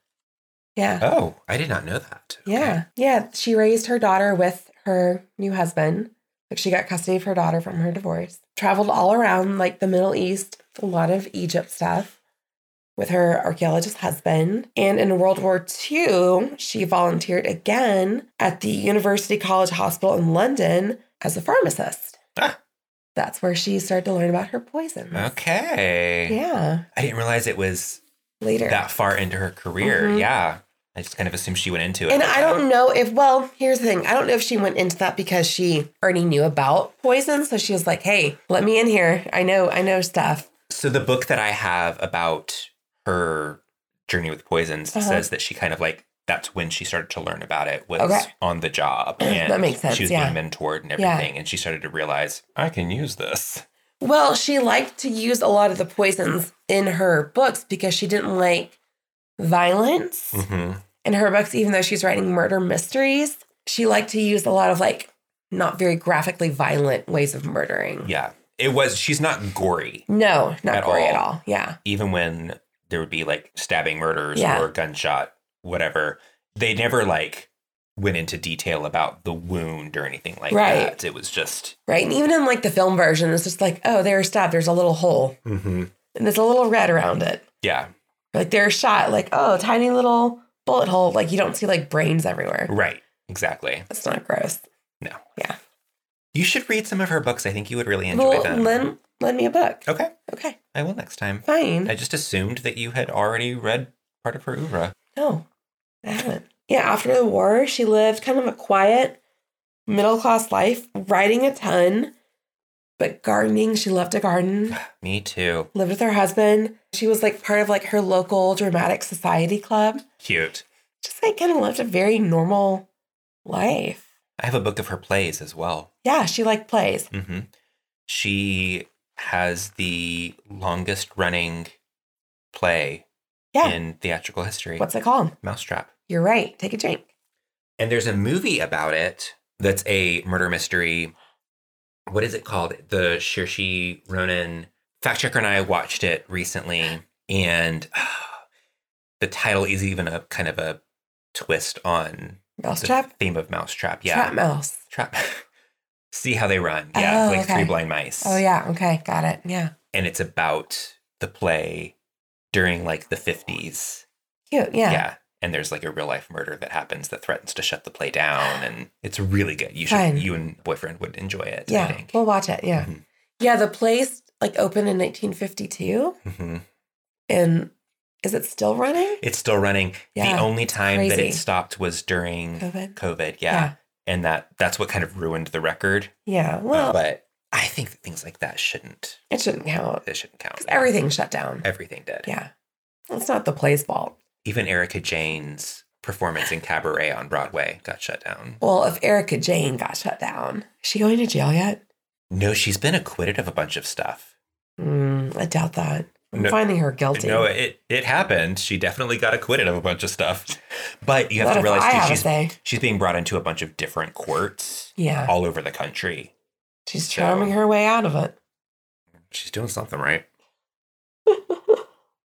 [SPEAKER 3] Yeah.
[SPEAKER 2] Oh, I did not know that. Okay.
[SPEAKER 3] Yeah. Yeah. She raised her daughter with her new husband. Like she got custody of her daughter from her divorce. Traveled all around like the Middle East, a lot of Egypt stuff with her archaeologist husband. And in World War II, she volunteered again at the University College Hospital in London as a pharmacist.
[SPEAKER 2] Ah.
[SPEAKER 3] That's where she started to learn about her poisons.
[SPEAKER 2] Okay.
[SPEAKER 3] Yeah.
[SPEAKER 2] I didn't realize it was
[SPEAKER 3] Later.
[SPEAKER 2] that far into her career.
[SPEAKER 3] Mhm.
[SPEAKER 2] Yeah. I just kind of assumed she went into it.
[SPEAKER 3] And
[SPEAKER 2] like
[SPEAKER 3] I
[SPEAKER 2] that.
[SPEAKER 3] don't know if, well, here's the thing. I don't know if she went into that because she already knew about poison. So she was like, hey, let me in here. I know, I know stuff.
[SPEAKER 2] So the book that I have about her journey with poisons
[SPEAKER 3] Uh-huh.
[SPEAKER 2] says that she kind of like that's when she started to learn about it was
[SPEAKER 3] Okay.
[SPEAKER 2] on the job and
[SPEAKER 3] That makes sense,
[SPEAKER 2] she was
[SPEAKER 3] yeah.
[SPEAKER 2] being mentored and
[SPEAKER 3] Yeah.
[SPEAKER 2] everything and she started to realize I can use this.
[SPEAKER 3] Well, she liked to use a lot of the poisons in her books because she didn't like violence
[SPEAKER 2] Mhm.
[SPEAKER 3] in her books, even though she's writing murder mysteries. She liked to use a lot of like not very graphically violent ways of murdering.
[SPEAKER 2] Yeah. It was she's not gory
[SPEAKER 3] No, not
[SPEAKER 2] At
[SPEAKER 3] gory at
[SPEAKER 2] all.
[SPEAKER 3] all. Yeah.
[SPEAKER 2] even when there would be like stabbing murders
[SPEAKER 3] Yeah.
[SPEAKER 2] or gunshot whatever. They never like went into detail about the wound or anything like
[SPEAKER 3] Right.
[SPEAKER 2] that. It was just
[SPEAKER 3] Right. And even in like the film version, it's just like, oh, they were stabbed. There's a little hole and there's a little red around it.
[SPEAKER 2] yeah,
[SPEAKER 3] Like they're shot, like, oh, tiny little bullet hole. Like you don't see like brains everywhere.
[SPEAKER 2] right. Exactly.
[SPEAKER 3] That's not gross.
[SPEAKER 2] No.
[SPEAKER 3] Yeah.
[SPEAKER 2] You should read some of her books. I think you would really enjoy
[SPEAKER 3] Well,
[SPEAKER 2] them.
[SPEAKER 3] lend, lend me a book.
[SPEAKER 2] okay,
[SPEAKER 3] Okay,
[SPEAKER 2] I will next time.
[SPEAKER 3] fine.
[SPEAKER 2] I just assumed that you had already read part of her oeuvre.
[SPEAKER 3] no, I haven't. Yeah, after the war, she lived kind of a quiet, middle class life, writing a ton, but gardening. She loved to garden.
[SPEAKER 2] Me too.
[SPEAKER 3] Lived with her husband. She was like part of like her local dramatic society club.
[SPEAKER 2] Cute.
[SPEAKER 3] Just like kind of lived a very normal life.
[SPEAKER 2] I have a book of her plays as well.
[SPEAKER 3] Yeah, she liked plays.
[SPEAKER 2] hmm She has the longest running play
[SPEAKER 3] Yeah.
[SPEAKER 2] in theatrical history,
[SPEAKER 3] What's it called?
[SPEAKER 2] Mousetrap.
[SPEAKER 3] You're right. Take a drink.
[SPEAKER 2] And there's a movie about it that's a murder mystery. What is it called? The Shirshi Ronin. Fact Checker and I watched it recently, and ah, the title is even a kind of a twist on
[SPEAKER 3] Mousetrap?
[SPEAKER 2] the theme of Mousetrap. Yeah.
[SPEAKER 3] Trap mouse.
[SPEAKER 2] Trap. See how they run. Yeah. it's
[SPEAKER 3] Oh,
[SPEAKER 2] like
[SPEAKER 3] okay.
[SPEAKER 2] three blind mice.
[SPEAKER 3] Oh yeah. Okay. Got it. Yeah.
[SPEAKER 2] And it's about the play during like the 50s.
[SPEAKER 3] Cute.
[SPEAKER 2] Yeah.
[SPEAKER 3] Yeah.
[SPEAKER 2] And there's like a real life murder that happens that threatens to shut the play down. And it's really good. You should,
[SPEAKER 3] Fun.
[SPEAKER 2] you and boyfriend would enjoy it. I
[SPEAKER 3] Yeah.
[SPEAKER 2] think.
[SPEAKER 3] We'll watch it. Yeah.
[SPEAKER 2] Mhm.
[SPEAKER 3] Yeah. The place like opened in 1952
[SPEAKER 2] Mhm.
[SPEAKER 3] and is it still running?
[SPEAKER 2] It's still running.
[SPEAKER 3] Yeah,
[SPEAKER 2] the only time that
[SPEAKER 3] crazy.
[SPEAKER 2] it stopped was during
[SPEAKER 3] COVID.
[SPEAKER 2] COVID. Yeah.
[SPEAKER 3] Yeah.
[SPEAKER 2] And that that's what kind of ruined the record.
[SPEAKER 3] Yeah.
[SPEAKER 2] Uh,
[SPEAKER 3] Well,
[SPEAKER 2] but I think that things like that shouldn't,
[SPEAKER 3] it shouldn't count
[SPEAKER 2] it shouldn't count.
[SPEAKER 3] because everything shut down.
[SPEAKER 2] Everything did.
[SPEAKER 3] Yeah. It's not the play's fault.
[SPEAKER 2] Even Erica Jane's performance in Cabaret on Broadway got shut down.
[SPEAKER 3] Well, if Erica Jane got shut down, is she going to jail yet?
[SPEAKER 2] No, she's been acquitted of a bunch of stuff.
[SPEAKER 3] Mm, I doubt that. I'm
[SPEAKER 2] No-
[SPEAKER 3] finding her guilty.
[SPEAKER 2] No, it it happened. She definitely got acquitted of a bunch of stuff. But you have
[SPEAKER 3] What
[SPEAKER 2] to
[SPEAKER 3] if
[SPEAKER 2] realize
[SPEAKER 3] I
[SPEAKER 2] too,
[SPEAKER 3] have a
[SPEAKER 2] she's
[SPEAKER 3] say?
[SPEAKER 2] she's being brought into a bunch of different courts
[SPEAKER 3] Yeah.
[SPEAKER 2] all over the country.
[SPEAKER 3] She's
[SPEAKER 2] So-
[SPEAKER 3] charming her way out of it.
[SPEAKER 2] She's doing something right.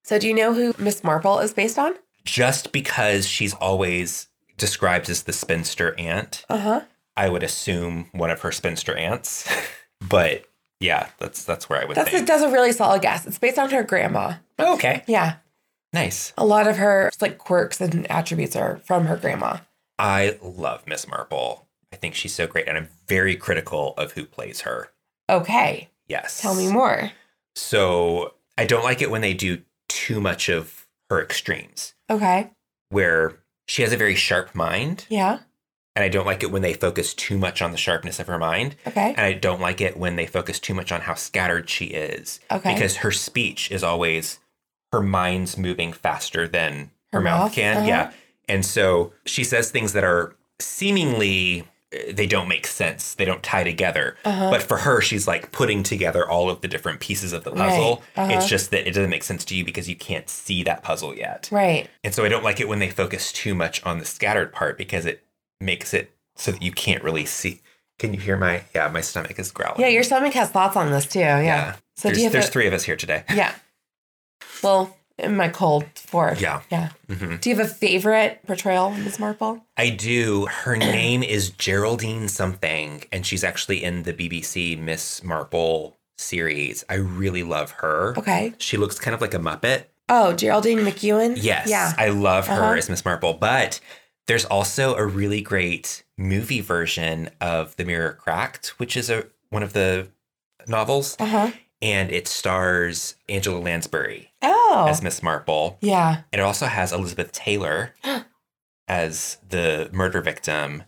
[SPEAKER 3] So, do you know who Miss Marple is based on?
[SPEAKER 2] Just because she's always described as the spinster aunt,
[SPEAKER 3] Uh huh.
[SPEAKER 2] I would assume one of her spinster aunts. but yeah, that's that's where I would
[SPEAKER 3] That's a,
[SPEAKER 2] think.
[SPEAKER 3] that's a really solid guess. It's based on her grandma.
[SPEAKER 2] Oh, okay.
[SPEAKER 3] Yeah.
[SPEAKER 2] Nice.
[SPEAKER 3] A lot of her like quirks and attributes are from her grandma.
[SPEAKER 2] I love Miss Marple. I think she's so great, and I'm very critical of who plays her.
[SPEAKER 3] Okay,
[SPEAKER 2] Yes.
[SPEAKER 3] tell me more.
[SPEAKER 2] So I don't like it when they do too much of her extremes,
[SPEAKER 3] Okay,
[SPEAKER 2] where she has a very sharp mind,
[SPEAKER 3] yeah,
[SPEAKER 2] and I don't like it when they focus too much on the sharpness of her mind,
[SPEAKER 3] okay,
[SPEAKER 2] and I don't like it when they focus too much on how scattered she is,
[SPEAKER 3] okay.
[SPEAKER 2] because her speech is always her mind's moving faster than her, mouth, can.
[SPEAKER 3] uh-huh.
[SPEAKER 2] Yeah. And so she says things that are seemingly uh, they don't make sense. They don't tie together.
[SPEAKER 3] Uh-huh.
[SPEAKER 2] But for her, she's like putting together all of the different pieces of the
[SPEAKER 3] Right.
[SPEAKER 2] puzzle.
[SPEAKER 3] Uh-huh.
[SPEAKER 2] It's just that it doesn't make sense to you because you can't see that puzzle yet.
[SPEAKER 3] right,
[SPEAKER 2] And so I don't like it when they focus too much on the scattered part because it makes it so that you can't really see. Can you hear my? Yeah, my stomach is growling.
[SPEAKER 3] yeah. Your stomach has thoughts on this too. Yeah. So
[SPEAKER 2] there's
[SPEAKER 3] do you have
[SPEAKER 2] there's
[SPEAKER 3] a-
[SPEAKER 2] three of us here today.
[SPEAKER 3] Yeah. Well, in my cold four.
[SPEAKER 2] Yeah.
[SPEAKER 3] Yeah.
[SPEAKER 2] hmm
[SPEAKER 3] Do you have a favorite portrayal, Ms. Marple?
[SPEAKER 2] I do. Her name is Geraldine something, and she's actually in the BBC Miss Marple series. I really love her.
[SPEAKER 3] Okay.
[SPEAKER 2] She looks kind of like a Muppet.
[SPEAKER 3] Oh, Geraldine McEwen?
[SPEAKER 2] Yes.
[SPEAKER 3] Yeah.
[SPEAKER 2] I love her
[SPEAKER 3] Uh-huh.
[SPEAKER 2] as Miss Marple, but there's also a really great movie version of The Mirror Cracked, which is a one of the novels,
[SPEAKER 3] Uh huh.
[SPEAKER 2] and it stars Angela Lansbury
[SPEAKER 3] Oh.
[SPEAKER 2] as Miss Marple.
[SPEAKER 3] yeah.
[SPEAKER 2] And it also has Elizabeth Taylor as the murder victim.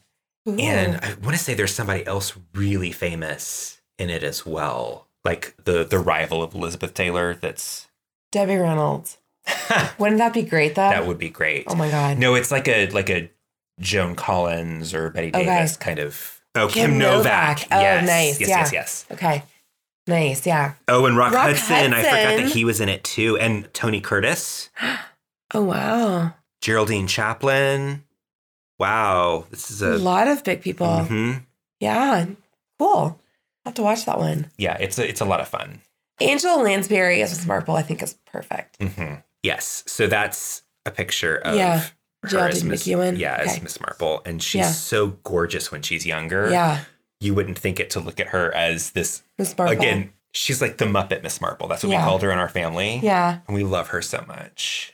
[SPEAKER 3] Ooh.
[SPEAKER 2] And I want to say there's somebody else really famous in it as well. Like the the rival of Elizabeth Taylor that's
[SPEAKER 3] Debbie Reynolds.
[SPEAKER 2] that
[SPEAKER 3] Wouldn't that be great though?
[SPEAKER 2] would be great.
[SPEAKER 3] Oh my God.
[SPEAKER 2] No, it's like a like a Joan Collins or Betty
[SPEAKER 3] Okay.
[SPEAKER 2] Davis kind of. Oh,
[SPEAKER 3] Oh, Kim Novak. Oh, nice.
[SPEAKER 2] Yes,
[SPEAKER 3] Yeah.
[SPEAKER 2] yes, yes.
[SPEAKER 3] Okay. Nice. Yeah.
[SPEAKER 2] Oh, and Rock,
[SPEAKER 3] Rock
[SPEAKER 2] Hudson. I forgot
[SPEAKER 3] Hudson.
[SPEAKER 2] that he was in it too. And Tony Curtis,
[SPEAKER 3] Oh, wow.
[SPEAKER 2] Geraldine Chaplin. Wow, this is
[SPEAKER 3] A
[SPEAKER 2] a.
[SPEAKER 3] lot of big people.
[SPEAKER 2] Mhm.
[SPEAKER 3] Yeah. Cool. I'll have to watch that one.
[SPEAKER 2] Yeah, it's a, it's a lot of fun.
[SPEAKER 3] Angela Lansbury as Miss Marple, I think, is perfect.
[SPEAKER 2] hmm Yes. So that's a picture of
[SPEAKER 3] Yeah.
[SPEAKER 2] her as
[SPEAKER 3] Geraldine
[SPEAKER 2] Miss,
[SPEAKER 3] McEwen.
[SPEAKER 2] yeah,
[SPEAKER 3] Okay.
[SPEAKER 2] as Miss Marple, and she's
[SPEAKER 3] Yeah.
[SPEAKER 2] so gorgeous when she's younger.
[SPEAKER 3] Yeah.
[SPEAKER 2] you wouldn't think it to look at her as this
[SPEAKER 3] Miss Marple.
[SPEAKER 2] again. She's like the Muppet Miss Marple. That's what
[SPEAKER 3] Yeah.
[SPEAKER 2] we called her in our family.
[SPEAKER 3] Yeah.
[SPEAKER 2] and we love her so much.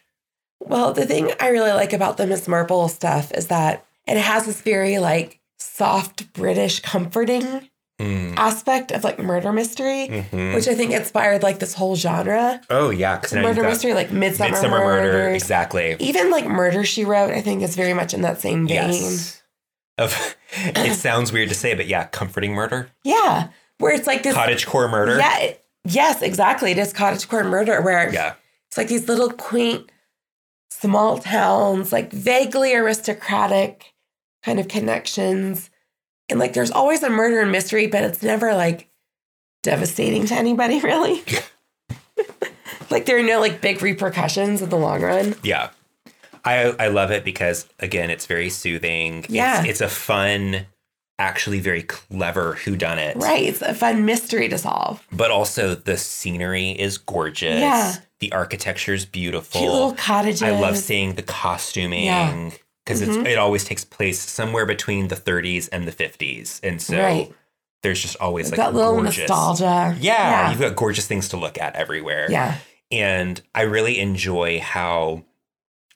[SPEAKER 3] Well, the thing I really like about the Miss Marple stuff is that it has this very like soft British comforting
[SPEAKER 2] Mm.
[SPEAKER 3] aspect of like murder mystery,
[SPEAKER 2] Mhm.
[SPEAKER 3] which I think inspired like this whole genre.
[SPEAKER 2] oh yeah, because
[SPEAKER 3] murder mystery, like Midsummer, Murder.
[SPEAKER 2] exactly.
[SPEAKER 3] Even like Murder She Wrote, I think is very much in that same vein.
[SPEAKER 2] Yes. Of it sounds weird to say, but yeah, comforting murder,
[SPEAKER 3] Yeah. Where it's like this
[SPEAKER 2] cottage core murder.
[SPEAKER 3] Yeah. it- yes, exactly. It is cottagecore murder where
[SPEAKER 2] yeah,
[SPEAKER 3] It's like these little quaint, small towns, like vaguely aristocratic kind of connections. And like there's always a murder and mystery, but it's never like devastating to anybody, really. like there are no like big repercussions in the long run.
[SPEAKER 2] yeah. I I love it because again, it's very soothing.
[SPEAKER 3] Yeah.
[SPEAKER 2] it's, it's a fun, actually very clever whodunit.
[SPEAKER 3] Right. It's a fun mystery to solve.
[SPEAKER 2] but also the scenery is gorgeous.
[SPEAKER 3] Yeah.
[SPEAKER 2] The architecture is beautiful.
[SPEAKER 3] Cute little cottages.
[SPEAKER 2] Oh, I love seeing the costuming
[SPEAKER 3] Yeah.
[SPEAKER 2] because
[SPEAKER 3] Mhm.
[SPEAKER 2] it always takes place somewhere between the 30s and the 50s. And so
[SPEAKER 3] Right.
[SPEAKER 2] there's just always
[SPEAKER 3] It's
[SPEAKER 2] like
[SPEAKER 3] that little
[SPEAKER 2] gorgeous.
[SPEAKER 3] nostalgia.
[SPEAKER 2] Yeah,
[SPEAKER 3] Yeah.
[SPEAKER 2] you've got gorgeous things to look at everywhere.
[SPEAKER 3] Yeah.
[SPEAKER 2] And I really enjoy how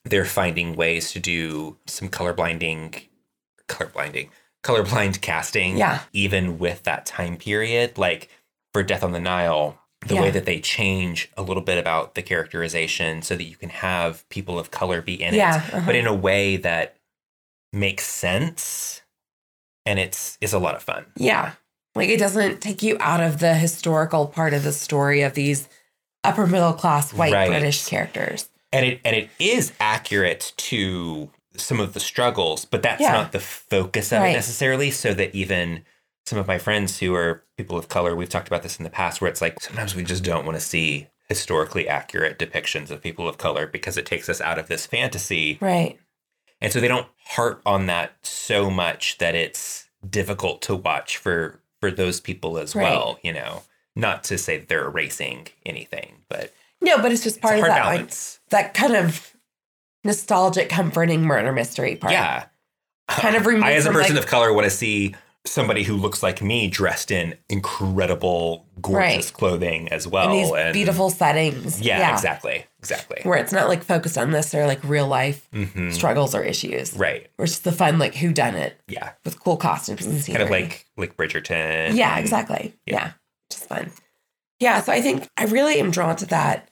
[SPEAKER 2] they're finding ways to do some colorblinding, colorblinding, colorblind casting.
[SPEAKER 3] Yeah.
[SPEAKER 2] Even with that time period, like for Death on the Nile, the
[SPEAKER 3] Yeah.
[SPEAKER 2] way that they change a little bit about the characterization so that you can have people of color be in
[SPEAKER 3] Yeah,
[SPEAKER 2] it,
[SPEAKER 3] uh-huh.
[SPEAKER 2] but in a way that makes sense. And it's is a lot of fun.
[SPEAKER 3] Yeah. Like it doesn't take you out of the historical part of the story of these upper middle class white
[SPEAKER 2] Right.
[SPEAKER 3] British characters.
[SPEAKER 2] and it and it is accurate to some of the struggles, but that's
[SPEAKER 3] Yeah.
[SPEAKER 2] not the focus of
[SPEAKER 3] Right.
[SPEAKER 2] it necessarily. So that even some of my friends who are people of color, we've talked about this in the past, where it's like sometimes we just don't want to see historically accurate depictions of people of color because it takes us out of this fantasy,
[SPEAKER 3] Right.
[SPEAKER 2] and so they don't harp on that so much that it's difficult to watch for for those people as
[SPEAKER 3] Right.
[SPEAKER 2] well. You know, not to say that they're erasing anything, but
[SPEAKER 3] No, but it's just
[SPEAKER 2] it's
[SPEAKER 3] part
[SPEAKER 2] a
[SPEAKER 3] of
[SPEAKER 2] hard
[SPEAKER 3] that like
[SPEAKER 2] balance.
[SPEAKER 3] that kind of nostalgic, comforting murder mystery part.
[SPEAKER 2] yeah.
[SPEAKER 3] Kind of removed
[SPEAKER 2] I, as a
[SPEAKER 3] from,
[SPEAKER 2] person
[SPEAKER 3] like-
[SPEAKER 2] of color, want to see somebody who looks like me dressed in incredible, gorgeous
[SPEAKER 3] Right.
[SPEAKER 2] clothing as well.
[SPEAKER 3] in these
[SPEAKER 2] and-
[SPEAKER 3] beautiful settings.
[SPEAKER 2] Yeah, exactly. Exactly.
[SPEAKER 3] Where it's not like focused on this or like real life
[SPEAKER 2] hmm
[SPEAKER 3] struggles or issues.
[SPEAKER 2] Right.
[SPEAKER 3] Or just the fun like who done it
[SPEAKER 2] Yeah.
[SPEAKER 3] with cool costumes and scenery.
[SPEAKER 2] Kind of like like Bridgerton.
[SPEAKER 3] Yeah,
[SPEAKER 2] and-
[SPEAKER 3] exactly.
[SPEAKER 2] Yeah.
[SPEAKER 3] Yeah. Just fun. Yeah. So I think I really am drawn to that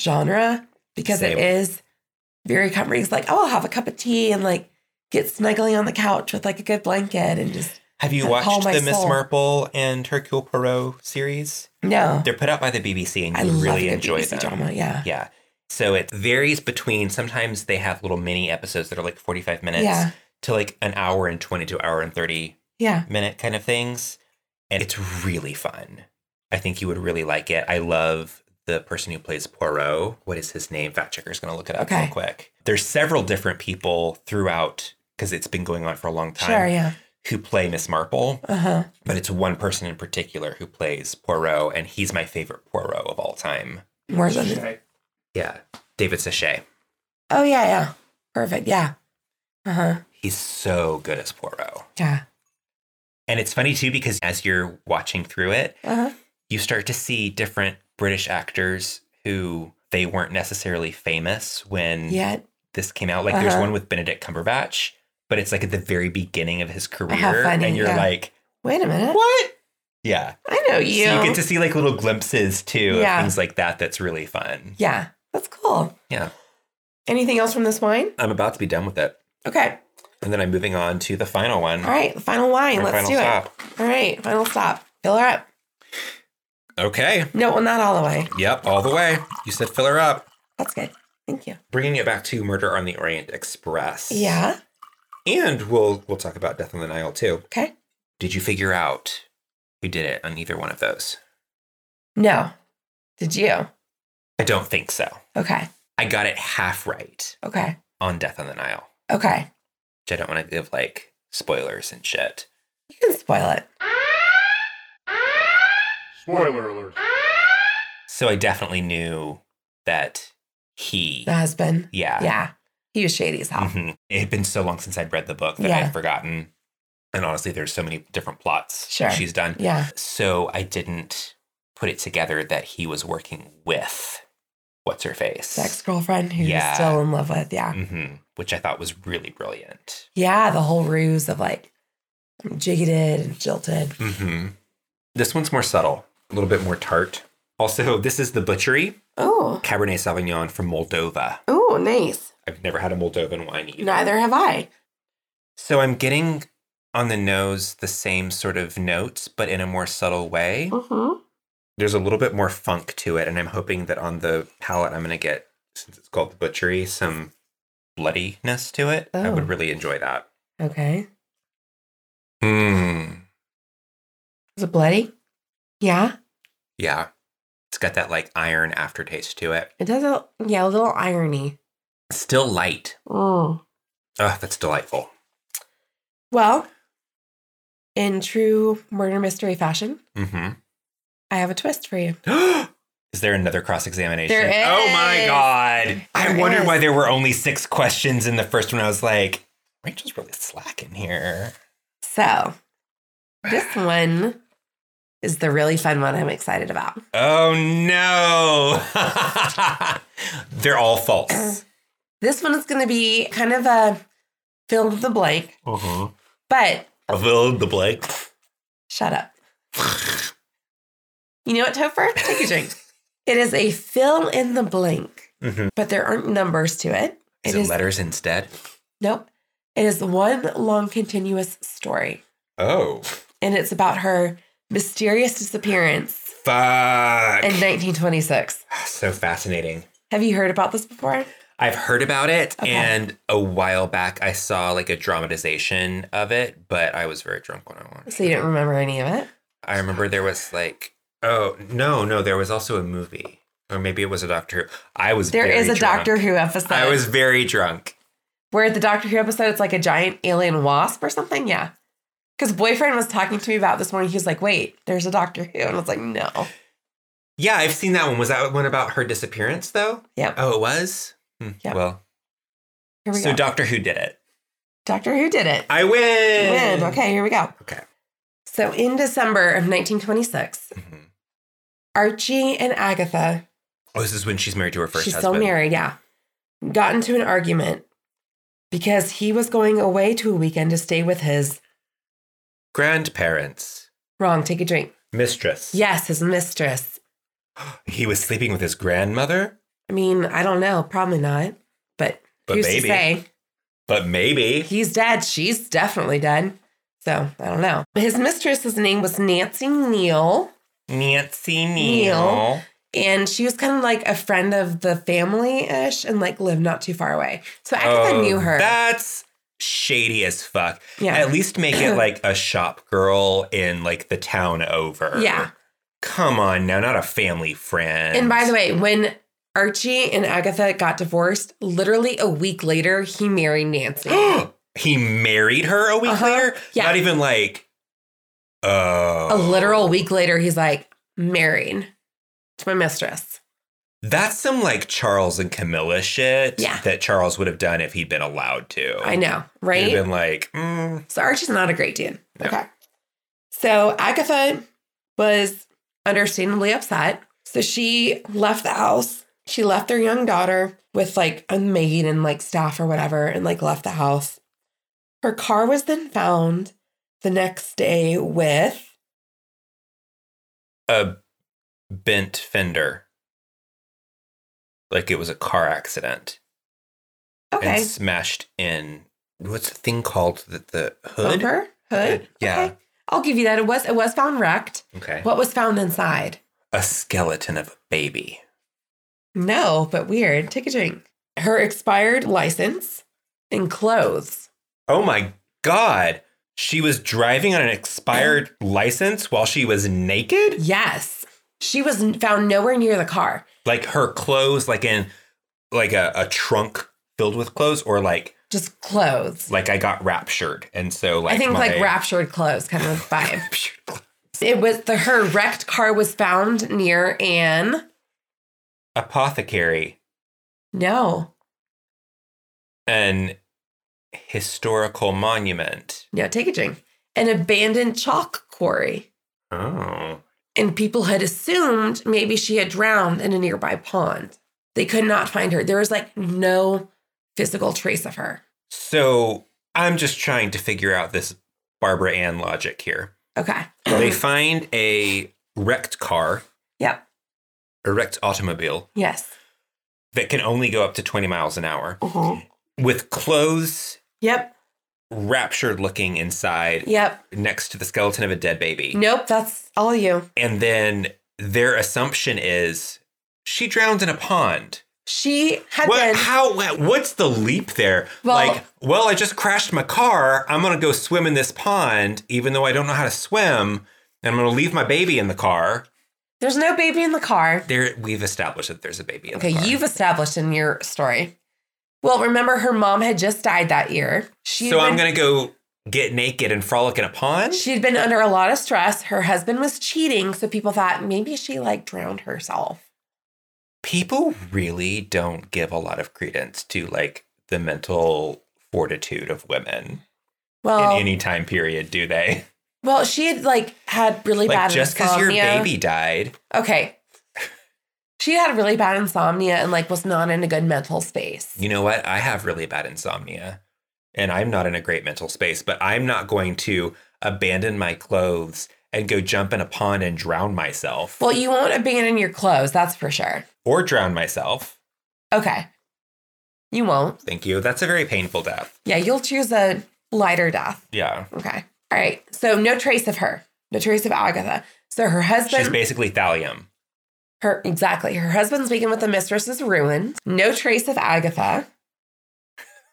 [SPEAKER 3] genre because
[SPEAKER 2] Same.
[SPEAKER 3] it is very comforting. It's like, oh, I'll have a cup of tea and like get snuggling on the couch with like a good blanket and just
[SPEAKER 2] Have you
[SPEAKER 3] That call
[SPEAKER 2] watched
[SPEAKER 3] my
[SPEAKER 2] the Miss
[SPEAKER 3] soul.
[SPEAKER 2] Marple and Hercule Poirot series?
[SPEAKER 3] no.
[SPEAKER 2] They're put out by the BBC, and
[SPEAKER 3] I
[SPEAKER 2] you
[SPEAKER 3] love
[SPEAKER 2] really
[SPEAKER 3] a good
[SPEAKER 2] enjoy
[SPEAKER 3] BBC
[SPEAKER 2] them.
[SPEAKER 3] drama. Yeah.
[SPEAKER 2] Yeah. So it varies between. Sometimes they have little mini episodes that are like forty five minutes
[SPEAKER 3] Yeah.
[SPEAKER 2] to like an hour and twenty to hour and thirty
[SPEAKER 3] Yeah.
[SPEAKER 2] minute kind of things, and it's really fun. I think you would really like it. I love the person who plays Poirot. What is his name? Fact checker's going to look it up
[SPEAKER 3] Okay.
[SPEAKER 2] real quick. There's several different people throughout because it's been going on for a long time
[SPEAKER 3] Sure. Yeah.
[SPEAKER 2] who play Miss Marple
[SPEAKER 3] Uh huh.
[SPEAKER 2] but it's one person in particular who plays Poirot, and he's my favorite Poirot of all time.
[SPEAKER 3] Where's it?
[SPEAKER 2] Yeah, David Sachet.
[SPEAKER 3] Oh, yeah. Yeah. Perfect. Yeah. Uh huh.
[SPEAKER 2] He's so good as Poirot.
[SPEAKER 3] Yeah.
[SPEAKER 2] And it's funny too because as you're watching through it,
[SPEAKER 3] Uh huh.
[SPEAKER 2] you start to see different British actors who they weren't necessarily famous when
[SPEAKER 3] Yeah.
[SPEAKER 2] this came out. Like there's
[SPEAKER 3] Uh-huh.
[SPEAKER 2] one with Benedict Cumberbatch, but it's like at the very beginning of his career,
[SPEAKER 3] funny,
[SPEAKER 2] and you're
[SPEAKER 3] yeah.
[SPEAKER 2] like,
[SPEAKER 3] Wait a minute.
[SPEAKER 2] what? Yeah.
[SPEAKER 3] I know you.
[SPEAKER 2] So you get to see like little glimpses too
[SPEAKER 3] Yeah.
[SPEAKER 2] of things like that. That's really fun.
[SPEAKER 3] yeah. That's cool.
[SPEAKER 2] Yeah.
[SPEAKER 3] Anything else from this wine?
[SPEAKER 2] I'm about to be done with it.
[SPEAKER 3] Okay.
[SPEAKER 2] And then I'm moving on to the final one.
[SPEAKER 3] All right. Final wine.
[SPEAKER 2] Our
[SPEAKER 3] Let's
[SPEAKER 2] final
[SPEAKER 3] do
[SPEAKER 2] stop.
[SPEAKER 3] it. All right. Final stop. Fill her up.
[SPEAKER 2] Okay.
[SPEAKER 3] No, well, not all the way.
[SPEAKER 2] Yep. All the way. You said fill her up.
[SPEAKER 3] That's good. Thank you.
[SPEAKER 2] Bringing it back to Murder on the Orient Express.
[SPEAKER 3] Yeah.
[SPEAKER 2] And we'll we'll talk about Death on the Nile too.
[SPEAKER 3] Okay.
[SPEAKER 2] Did you figure out who did it on either one of those?
[SPEAKER 3] No. Did you?
[SPEAKER 2] I don't think so.
[SPEAKER 3] Okay.
[SPEAKER 2] I got it half right
[SPEAKER 3] Okay.
[SPEAKER 2] on Death on the Nile,
[SPEAKER 3] Okay.
[SPEAKER 2] which I don't want to give like spoilers and shit.
[SPEAKER 3] You can spoil it.
[SPEAKER 5] Spoiler alert.
[SPEAKER 2] So I definitely knew that he.
[SPEAKER 3] The husband.
[SPEAKER 2] yeah.
[SPEAKER 3] Yeah. Mm-hmm. He was shady as hell.
[SPEAKER 2] Mhm. It had been so long since I'd read the book that I
[SPEAKER 3] Yeah.
[SPEAKER 2] had forgotten. And honestly, there's so many different plots
[SPEAKER 3] Sure.
[SPEAKER 2] she's done.
[SPEAKER 3] Yeah.
[SPEAKER 2] So I didn't put it together that he was working with what's her face.
[SPEAKER 3] The ex girlfriend who
[SPEAKER 2] Yeah.
[SPEAKER 3] he's still in love with. Yeah.
[SPEAKER 2] hmm Which I thought was really brilliant.
[SPEAKER 3] Yeah. The whole ruse of like, I'm jiggeted and jilted.
[SPEAKER 2] hmm This one's more subtle, a little bit more tart. Also, this is the Butchery
[SPEAKER 3] Oh.
[SPEAKER 2] Cabernet Sauvignon from Moldova.
[SPEAKER 3] Oh, nice.
[SPEAKER 2] I've never had a Moldovan wine either.
[SPEAKER 3] Neither have I.
[SPEAKER 2] So I'm getting on the nose the same sort of notes, but in a more subtle way.
[SPEAKER 3] Mm-hmm.
[SPEAKER 2] there's a little bit more funk to it, and I'm hoping that on the palate I'm gonna get, since it's called the butchery, some bloodiness to it. I
[SPEAKER 3] Oh.
[SPEAKER 2] would really enjoy that.
[SPEAKER 3] Okay.
[SPEAKER 2] Mm.
[SPEAKER 3] Is it bloody? Yeah.
[SPEAKER 2] Yeah. It's got that like iron aftertaste to it.
[SPEAKER 3] It does a yeah, a little irony.
[SPEAKER 2] It's still light.
[SPEAKER 3] Mm.
[SPEAKER 2] Oh, that's delightful.
[SPEAKER 3] Well, in true murder mystery fashion,
[SPEAKER 2] Mm-hmm.
[SPEAKER 3] I have a twist for you.
[SPEAKER 2] is there another cross examination?
[SPEAKER 3] There
[SPEAKER 2] Oh my
[SPEAKER 3] is.
[SPEAKER 2] god. I
[SPEAKER 3] There
[SPEAKER 2] wondered why
[SPEAKER 3] is.
[SPEAKER 2] there were only six questions in the first one. I was like, Rachel's really slacking here.
[SPEAKER 3] So, this one is the really fun one I'm excited about.
[SPEAKER 2] Oh no. They're all false.
[SPEAKER 3] This one is going to be kind of a fill in the blank,
[SPEAKER 2] Uh-huh.
[SPEAKER 3] but
[SPEAKER 2] I filled the blank.
[SPEAKER 3] shut up. You know what, Topher? Take a drink. It is a fill in the blank,
[SPEAKER 2] Mhm.
[SPEAKER 3] but there aren't numbers to it.
[SPEAKER 2] Is
[SPEAKER 3] It
[SPEAKER 2] it,
[SPEAKER 3] is-
[SPEAKER 2] letters instead?
[SPEAKER 3] Nope. It is one long continuous story,
[SPEAKER 2] Oh.
[SPEAKER 3] and it's about her mysterious disappearance
[SPEAKER 2] Fuck.
[SPEAKER 3] in 1926.
[SPEAKER 2] so fascinating.
[SPEAKER 3] Have you heard about this before?
[SPEAKER 2] I've heard about it,
[SPEAKER 3] Okay.
[SPEAKER 2] and a while back I saw like a dramatization of it, but I was very drunk when I watched
[SPEAKER 3] So you don't remember any of it?
[SPEAKER 2] I remember there was like, oh, no, no, there was also a movie. Or maybe it was a Doctor Who. I was
[SPEAKER 3] There
[SPEAKER 2] very
[SPEAKER 3] is a
[SPEAKER 2] drunk.
[SPEAKER 3] Doctor Who episode.
[SPEAKER 2] I was very drunk.
[SPEAKER 3] where the Doctor Who episode, it's like a giant alien wasp or something. Yeah. Because boyfriend was talking to me about this morning. He was like, wait, there's a Doctor Who. And I was like, no.
[SPEAKER 2] Yeah, I've seen that one. Was that one about her disappearance though?
[SPEAKER 3] Yep.
[SPEAKER 2] Oh, it was? Hmm,
[SPEAKER 3] Yep.
[SPEAKER 2] Well,
[SPEAKER 3] Here we
[SPEAKER 2] so
[SPEAKER 3] go.
[SPEAKER 2] Doctor Who did it.
[SPEAKER 3] Doctor Who did it.
[SPEAKER 2] I win.
[SPEAKER 3] Win. Okay, here we go.
[SPEAKER 2] Okay.
[SPEAKER 3] So in December of 1926,
[SPEAKER 2] Mhm.
[SPEAKER 3] Archie and Agatha,
[SPEAKER 2] Oh, this is when she's married to her first
[SPEAKER 3] she's
[SPEAKER 2] husband.
[SPEAKER 3] still married, yeah, got into an argument because he was going away to a weekend to stay with his
[SPEAKER 2] Grandparents.
[SPEAKER 3] wrong, take a drink.
[SPEAKER 2] Mistress.
[SPEAKER 3] Yes, his mistress.
[SPEAKER 2] He was sleeping with his grandmother?
[SPEAKER 3] I mean, I don't know, probably not, but,
[SPEAKER 2] But
[SPEAKER 3] who's
[SPEAKER 2] maybe.
[SPEAKER 3] to say?
[SPEAKER 2] But maybe.
[SPEAKER 3] He's dead. She's definitely dead. So I don't know. His mistress's name was Nancy Neal.
[SPEAKER 2] Nancy
[SPEAKER 3] Neal.
[SPEAKER 2] Neal.
[SPEAKER 3] and she was kind of like a friend of the family ish and like lived not too far away. So Agatha
[SPEAKER 2] Oh,
[SPEAKER 3] knew her.
[SPEAKER 2] That's shady as fuck.
[SPEAKER 3] yeah.
[SPEAKER 2] At least make it like a shop girl in like the town over.
[SPEAKER 3] Yeah.
[SPEAKER 2] Come on now, not a family friend.
[SPEAKER 3] and by the way, when Archie and Agatha got divorced, literally a week later, he married Nancy.
[SPEAKER 2] he married her a week
[SPEAKER 3] Uh-huh.
[SPEAKER 2] later?
[SPEAKER 3] Yeah.
[SPEAKER 2] Not even like oh
[SPEAKER 3] a literal week later, he's like, married to my mistress.
[SPEAKER 2] That's some like Charles and Camilla shit
[SPEAKER 3] Yeah.
[SPEAKER 2] that Charles would have done if he'd been allowed to.
[SPEAKER 3] I know,
[SPEAKER 2] He'd
[SPEAKER 3] right?
[SPEAKER 2] have been like, mm,
[SPEAKER 3] So Archie's not a great dude.
[SPEAKER 2] No.
[SPEAKER 3] Okay. So Agatha was understandably upset. So she left the house. She left their young daughter with like a maid and like staff or whatever and like left the house. Her car was then found the next day with
[SPEAKER 2] a bent fender. Like it was a car accident
[SPEAKER 3] okay
[SPEAKER 2] and smashed in what's the thing called the, the hood?
[SPEAKER 3] bumper hood.
[SPEAKER 2] Hood, yeah.
[SPEAKER 3] Okay. I'll give you that. It was it was found wrecked.
[SPEAKER 2] Okay.
[SPEAKER 3] What was found inside?
[SPEAKER 2] a skeleton of a baby.
[SPEAKER 3] No, but weird. Take a drink. Her expired license and clothes.
[SPEAKER 2] Oh my god. She was driving on an expired license while she was naked?
[SPEAKER 3] Yes. She was n- found nowhere near the car.
[SPEAKER 2] Like her clothes like in like a, a trunk filled with clothes or like
[SPEAKER 3] Just clothes.
[SPEAKER 2] like I got raptured and so like
[SPEAKER 3] I think like
[SPEAKER 2] my-
[SPEAKER 3] raptured clothes kind of vibe. it was the her wrecked car was found near an
[SPEAKER 2] apothecary
[SPEAKER 3] no.
[SPEAKER 2] an historical monument.
[SPEAKER 3] No, take a drink. An abandoned chalk quarry.
[SPEAKER 2] Oh.
[SPEAKER 3] And people had assumed maybe she had drowned in a nearby pond. They could not find her. There was like no physical trace of her.
[SPEAKER 2] So I'm just trying to figure out this Barbara Ann logic here.
[SPEAKER 3] Okay.
[SPEAKER 2] They find a wrecked car,
[SPEAKER 3] yep.
[SPEAKER 2] a wrecked automobile
[SPEAKER 3] Yes.
[SPEAKER 2] that can only go up to 20 miles an hour
[SPEAKER 3] Uh-huh.
[SPEAKER 2] with clothes
[SPEAKER 3] Yep.
[SPEAKER 2] raptured looking inside
[SPEAKER 3] Yep.
[SPEAKER 2] next to the skeleton of a dead baby.
[SPEAKER 3] Nope. That's all you.
[SPEAKER 2] And then their assumption is she drowned in a pond.
[SPEAKER 3] She had
[SPEAKER 2] What,
[SPEAKER 3] been.
[SPEAKER 2] how, what- what's the leap there?
[SPEAKER 3] Well-
[SPEAKER 2] like, well, I just crashed my car. I'm going to go swim in this pond, even though I don't know how to swim. And I'm going to leave my baby in the car.
[SPEAKER 3] There's no baby in the car.
[SPEAKER 2] There, we've established that there's a baby in
[SPEAKER 3] Okay,
[SPEAKER 2] the car.
[SPEAKER 3] you've established in your story. Well, remember her mom had just died that year. She
[SPEAKER 2] so I'm going to go get naked and frolic in a pond?
[SPEAKER 3] She'd been under a lot of stress. Her husband was cheating, so people thought maybe she like drowned herself.
[SPEAKER 2] people really don't give a lot of credence to like the mental fortitude of women
[SPEAKER 3] Well,
[SPEAKER 2] in any time period, do they?
[SPEAKER 3] well, she had like had really
[SPEAKER 2] Like
[SPEAKER 3] bad
[SPEAKER 2] just because your
[SPEAKER 3] insomnia.
[SPEAKER 2] baby died,
[SPEAKER 3] Okay, she had really bad insomnia and like was not in a good mental space.
[SPEAKER 2] you know what? I have really bad insomnia and I'm not in a great mental space, but I'm not going to abandon my clothes and go jump in a pond and drown myself
[SPEAKER 3] Well, you won't abandon your clothes, that's for sure.
[SPEAKER 2] or drown myself.
[SPEAKER 3] Okay, you won't.
[SPEAKER 2] Thank you. That's a very painful death.
[SPEAKER 3] Yeah, you'll choose a lighter death.
[SPEAKER 2] Yeah.
[SPEAKER 3] Okay. All right. So no trace of her. No trace of Agatha. So her husband,
[SPEAKER 2] She's basically thallium.
[SPEAKER 3] her exactly. Her husband's weekend with the mistress is ruined. No trace of Agatha.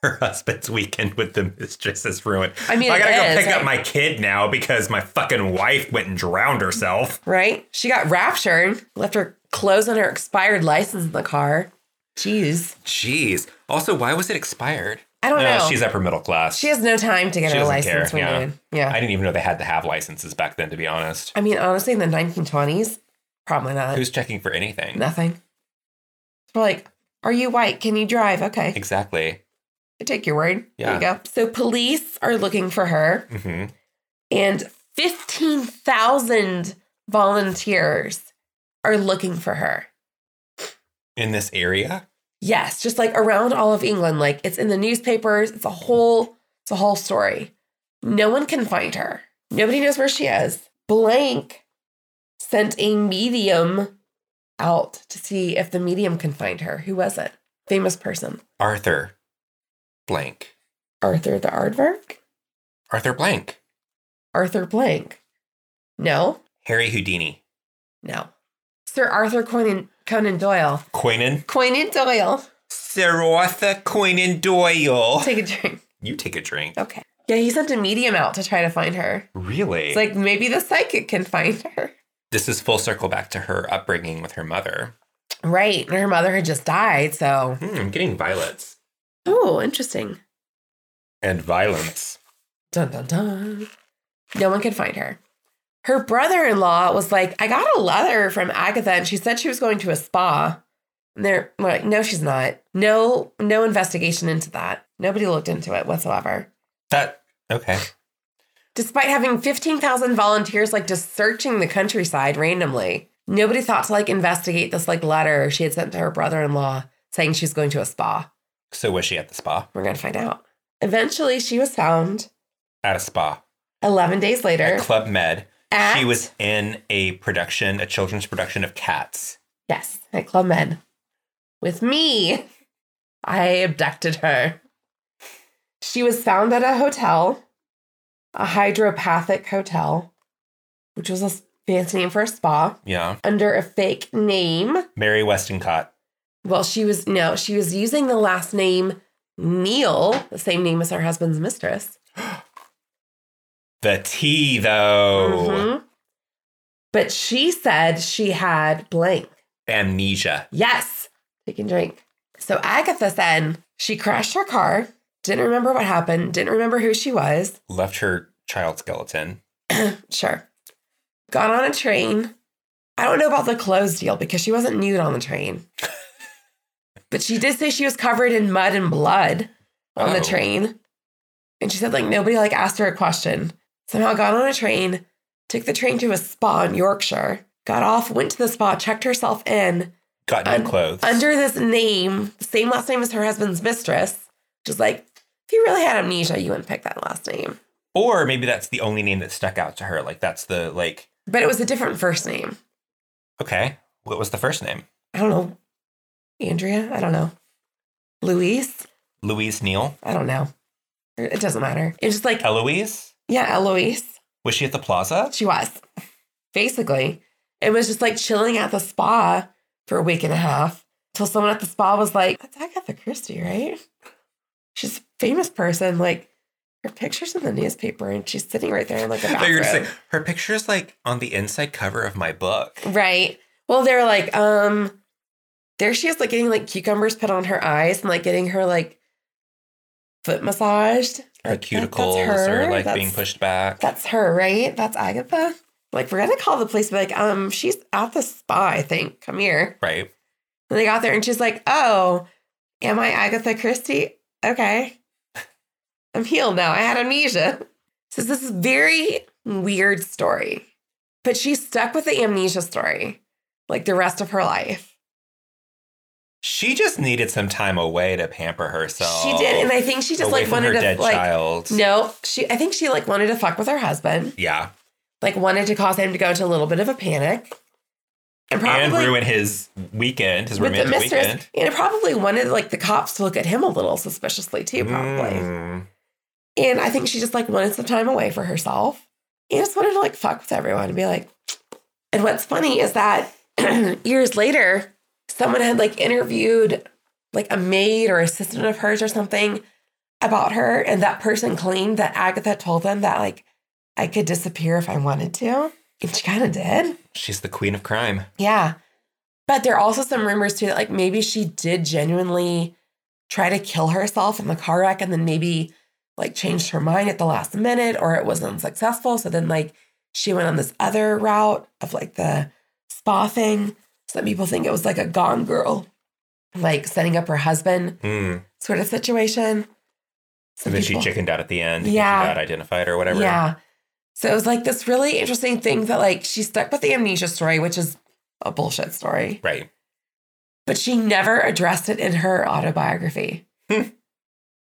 [SPEAKER 2] her husband's weekend with the mistress is ruined.
[SPEAKER 3] I mean,
[SPEAKER 2] I
[SPEAKER 3] it
[SPEAKER 2] gotta go
[SPEAKER 3] is,
[SPEAKER 2] pick
[SPEAKER 3] right?
[SPEAKER 2] up my kid now because my fucking wife went and drowned herself.
[SPEAKER 3] Right? She got raptured. Left her clothes and her expired license in the car. Jeez.
[SPEAKER 2] Jeez. Also, why was it expired?
[SPEAKER 3] I don't know.
[SPEAKER 2] She's upper middle class.
[SPEAKER 3] she has no time to get
[SPEAKER 2] She
[SPEAKER 3] her
[SPEAKER 2] doesn't care,
[SPEAKER 3] license
[SPEAKER 2] yeah.
[SPEAKER 3] renewed. Yeah.
[SPEAKER 2] I didn't even know they had to have licenses back then, to be honest.
[SPEAKER 3] I, mean, honestly, in the 1920s, probably not.
[SPEAKER 2] Who's checking for anything?
[SPEAKER 3] Nothing. We're like, are you white? Can you drive? Okay.
[SPEAKER 2] Exactly.
[SPEAKER 3] I take your word.
[SPEAKER 2] Yeah. Mm-hmm.
[SPEAKER 3] There you go. So police are looking for her.
[SPEAKER 2] hmm
[SPEAKER 3] And 15,000 volunteers are looking for her.
[SPEAKER 2] in this area.
[SPEAKER 3] Yes, just like around all of England. Like it's in the newspapers. It's a whole it's a whole story. No one can find her. Nobody knows where she is. Blank sent a medium out to see if the medium can find her. Who was it? Famous person.
[SPEAKER 2] Arthur Blank.
[SPEAKER 3] Arthur the Aardvark?
[SPEAKER 2] Arthur Blank.
[SPEAKER 3] Arthur Blank. No,
[SPEAKER 2] Harry Houdini.
[SPEAKER 3] no. Sir Arthur Conan, Conan Doyle.
[SPEAKER 2] Coinan.
[SPEAKER 3] Conan Doyle.
[SPEAKER 2] Sir Arthur Coinan Doyle.
[SPEAKER 3] Take a drink.
[SPEAKER 2] You take a drink.
[SPEAKER 3] Okay. Yeah, he sent a medium out to try to find her.
[SPEAKER 2] Really?
[SPEAKER 3] It's like maybe the psychic can find her.
[SPEAKER 2] this is full circle back to her upbringing with her mother.
[SPEAKER 3] Right. And her mother had just died. So,
[SPEAKER 2] Hmm, I'm getting violets.
[SPEAKER 3] oh, interesting.
[SPEAKER 2] And violence.
[SPEAKER 3] Dun dun dun. No one could find her. Her brother in law was like, I got a letter from Agatha and she said she was going to a spa. And they're like, no, she's not. No, no investigation into that. Nobody looked into it whatsoever.
[SPEAKER 2] That, okay.
[SPEAKER 3] Despite having 15,000 volunteers like just searching the countryside randomly, nobody thought to like investigate this like letter she had sent to her brother in law saying she was going to a spa.
[SPEAKER 2] So was she at the spa?
[SPEAKER 3] We're going to find out. Eventually, she was found
[SPEAKER 2] At a spa.
[SPEAKER 3] 11 days later.
[SPEAKER 2] At Club Med.
[SPEAKER 3] At,
[SPEAKER 2] She was in a production, a children's production of Cats.
[SPEAKER 3] Yes, at Club Med. With me. I abducted her. She was found at a hotel, a hydropathic hotel, which was a s- fancy name for a spa,
[SPEAKER 2] Yeah.
[SPEAKER 3] under a fake name.
[SPEAKER 2] Mary Westencott.
[SPEAKER 3] Well, she was, no, she was using the last name Neil, the same name as her husband's mistress.
[SPEAKER 2] The tea, though.
[SPEAKER 3] Mhm. But she said she had blank.
[SPEAKER 2] Amnesia.
[SPEAKER 3] Yes, take a drink. So Agatha said she crashed her car, didn't remember what happened, didn't remember who she was.
[SPEAKER 2] Left her child skeleton.
[SPEAKER 3] Sure. Got on a train. I don't know about the clothes deal because she wasn't nude on the train. but she did say she was covered in mud and blood on the
[SPEAKER 2] Oh.
[SPEAKER 3] train. And she said like nobody like asked her a question. Somehow got on a train, took the train to a spa in Yorkshire, got off, went to the spa, checked herself in,
[SPEAKER 2] Got new
[SPEAKER 3] Un-
[SPEAKER 2] clothes.
[SPEAKER 3] under this name, same last name as her husband's mistress, just like if you really had amnesia, you wouldn't pick that last name.
[SPEAKER 2] or maybe that's the only name that stuck out to her. Like, that's the, like,
[SPEAKER 3] But it was a different first name.
[SPEAKER 2] okay. What was the first name?
[SPEAKER 3] I don't know. Andrea? I don't know. Louise?
[SPEAKER 2] Louise Neal?
[SPEAKER 3] I don't know. It doesn't matter. It's just like,
[SPEAKER 2] Eloise?
[SPEAKER 3] yeah, Eloise.
[SPEAKER 2] Was she at the plaza?
[SPEAKER 3] She was. Basically, it was just like chilling at the spa for a week and a half till someone at the spa was like, that's Agatha Christie, right? She's a famous person. Like, her picture's in the newspaper and she's sitting right there in like a
[SPEAKER 2] I thought you were
[SPEAKER 3] bathrobe.
[SPEAKER 2] gonna say, her picture's like on the inside cover of my book.
[SPEAKER 3] right. Well, they're like, um, there she is, like getting like cucumbers put on her eyes and like getting her like foot massaged.
[SPEAKER 2] Her
[SPEAKER 3] Like, that- that's
[SPEAKER 2] cuticles
[SPEAKER 3] her.
[SPEAKER 2] are like
[SPEAKER 3] That's-
[SPEAKER 2] being pushed back.
[SPEAKER 3] That's her, right? That's Agatha. Like, we're gonna call the police, but like, um, she's at the spa, I think. Come here.
[SPEAKER 2] Right.
[SPEAKER 3] And they got there and she's like, Oh, am I Agatha Christie? Okay. I'm healed now. I had amnesia. So this is very weird story. But she's stuck with the amnesia story like the rest of her life.
[SPEAKER 2] She just needed some time away to pamper herself.
[SPEAKER 3] she did, and I think she just
[SPEAKER 2] away
[SPEAKER 3] like
[SPEAKER 2] from her
[SPEAKER 3] wanted to
[SPEAKER 2] dead
[SPEAKER 3] like
[SPEAKER 2] child.
[SPEAKER 3] no, she I think she like wanted to fuck with her husband,
[SPEAKER 2] Yeah.
[SPEAKER 3] like wanted to cause him to go into a little bit of a panic. And probably
[SPEAKER 2] and ruin his weekend, his
[SPEAKER 3] with the
[SPEAKER 2] romantic
[SPEAKER 3] mistress,
[SPEAKER 2] weekend.
[SPEAKER 3] and probably wanted like the cops to look at him a little suspiciously too, probably.
[SPEAKER 2] Mm.
[SPEAKER 3] And I think she just like wanted some time away for herself. And just wanted to like fuck with everyone and be like. And what's funny is that years later, someone had like interviewed like a maid or assistant of hers or something about her. And that person claimed that Agatha told them that like I could disappear if I wanted to. And she kind of did.
[SPEAKER 2] She's the queen of crime.
[SPEAKER 3] Yeah. But there are also some rumors too that like maybe she did genuinely try to kill herself in the car wreck and then maybe like changed her mind at the last minute or it was unsuccessful. So then like she went on this other route of like the spa thing. Some people think it was like a gone girl, like setting up her husband
[SPEAKER 2] Mm.
[SPEAKER 3] sort of situation. Some
[SPEAKER 2] And then she
[SPEAKER 3] people-
[SPEAKER 2] chickened out at the end.
[SPEAKER 3] Yeah.
[SPEAKER 2] She got identified or whatever.
[SPEAKER 3] yeah. So it was like this really interesting thing that like she stuck with the amnesia story, which is a bullshit story,
[SPEAKER 2] Right.
[SPEAKER 3] but she never addressed it in her autobiography.
[SPEAKER 2] Hmm.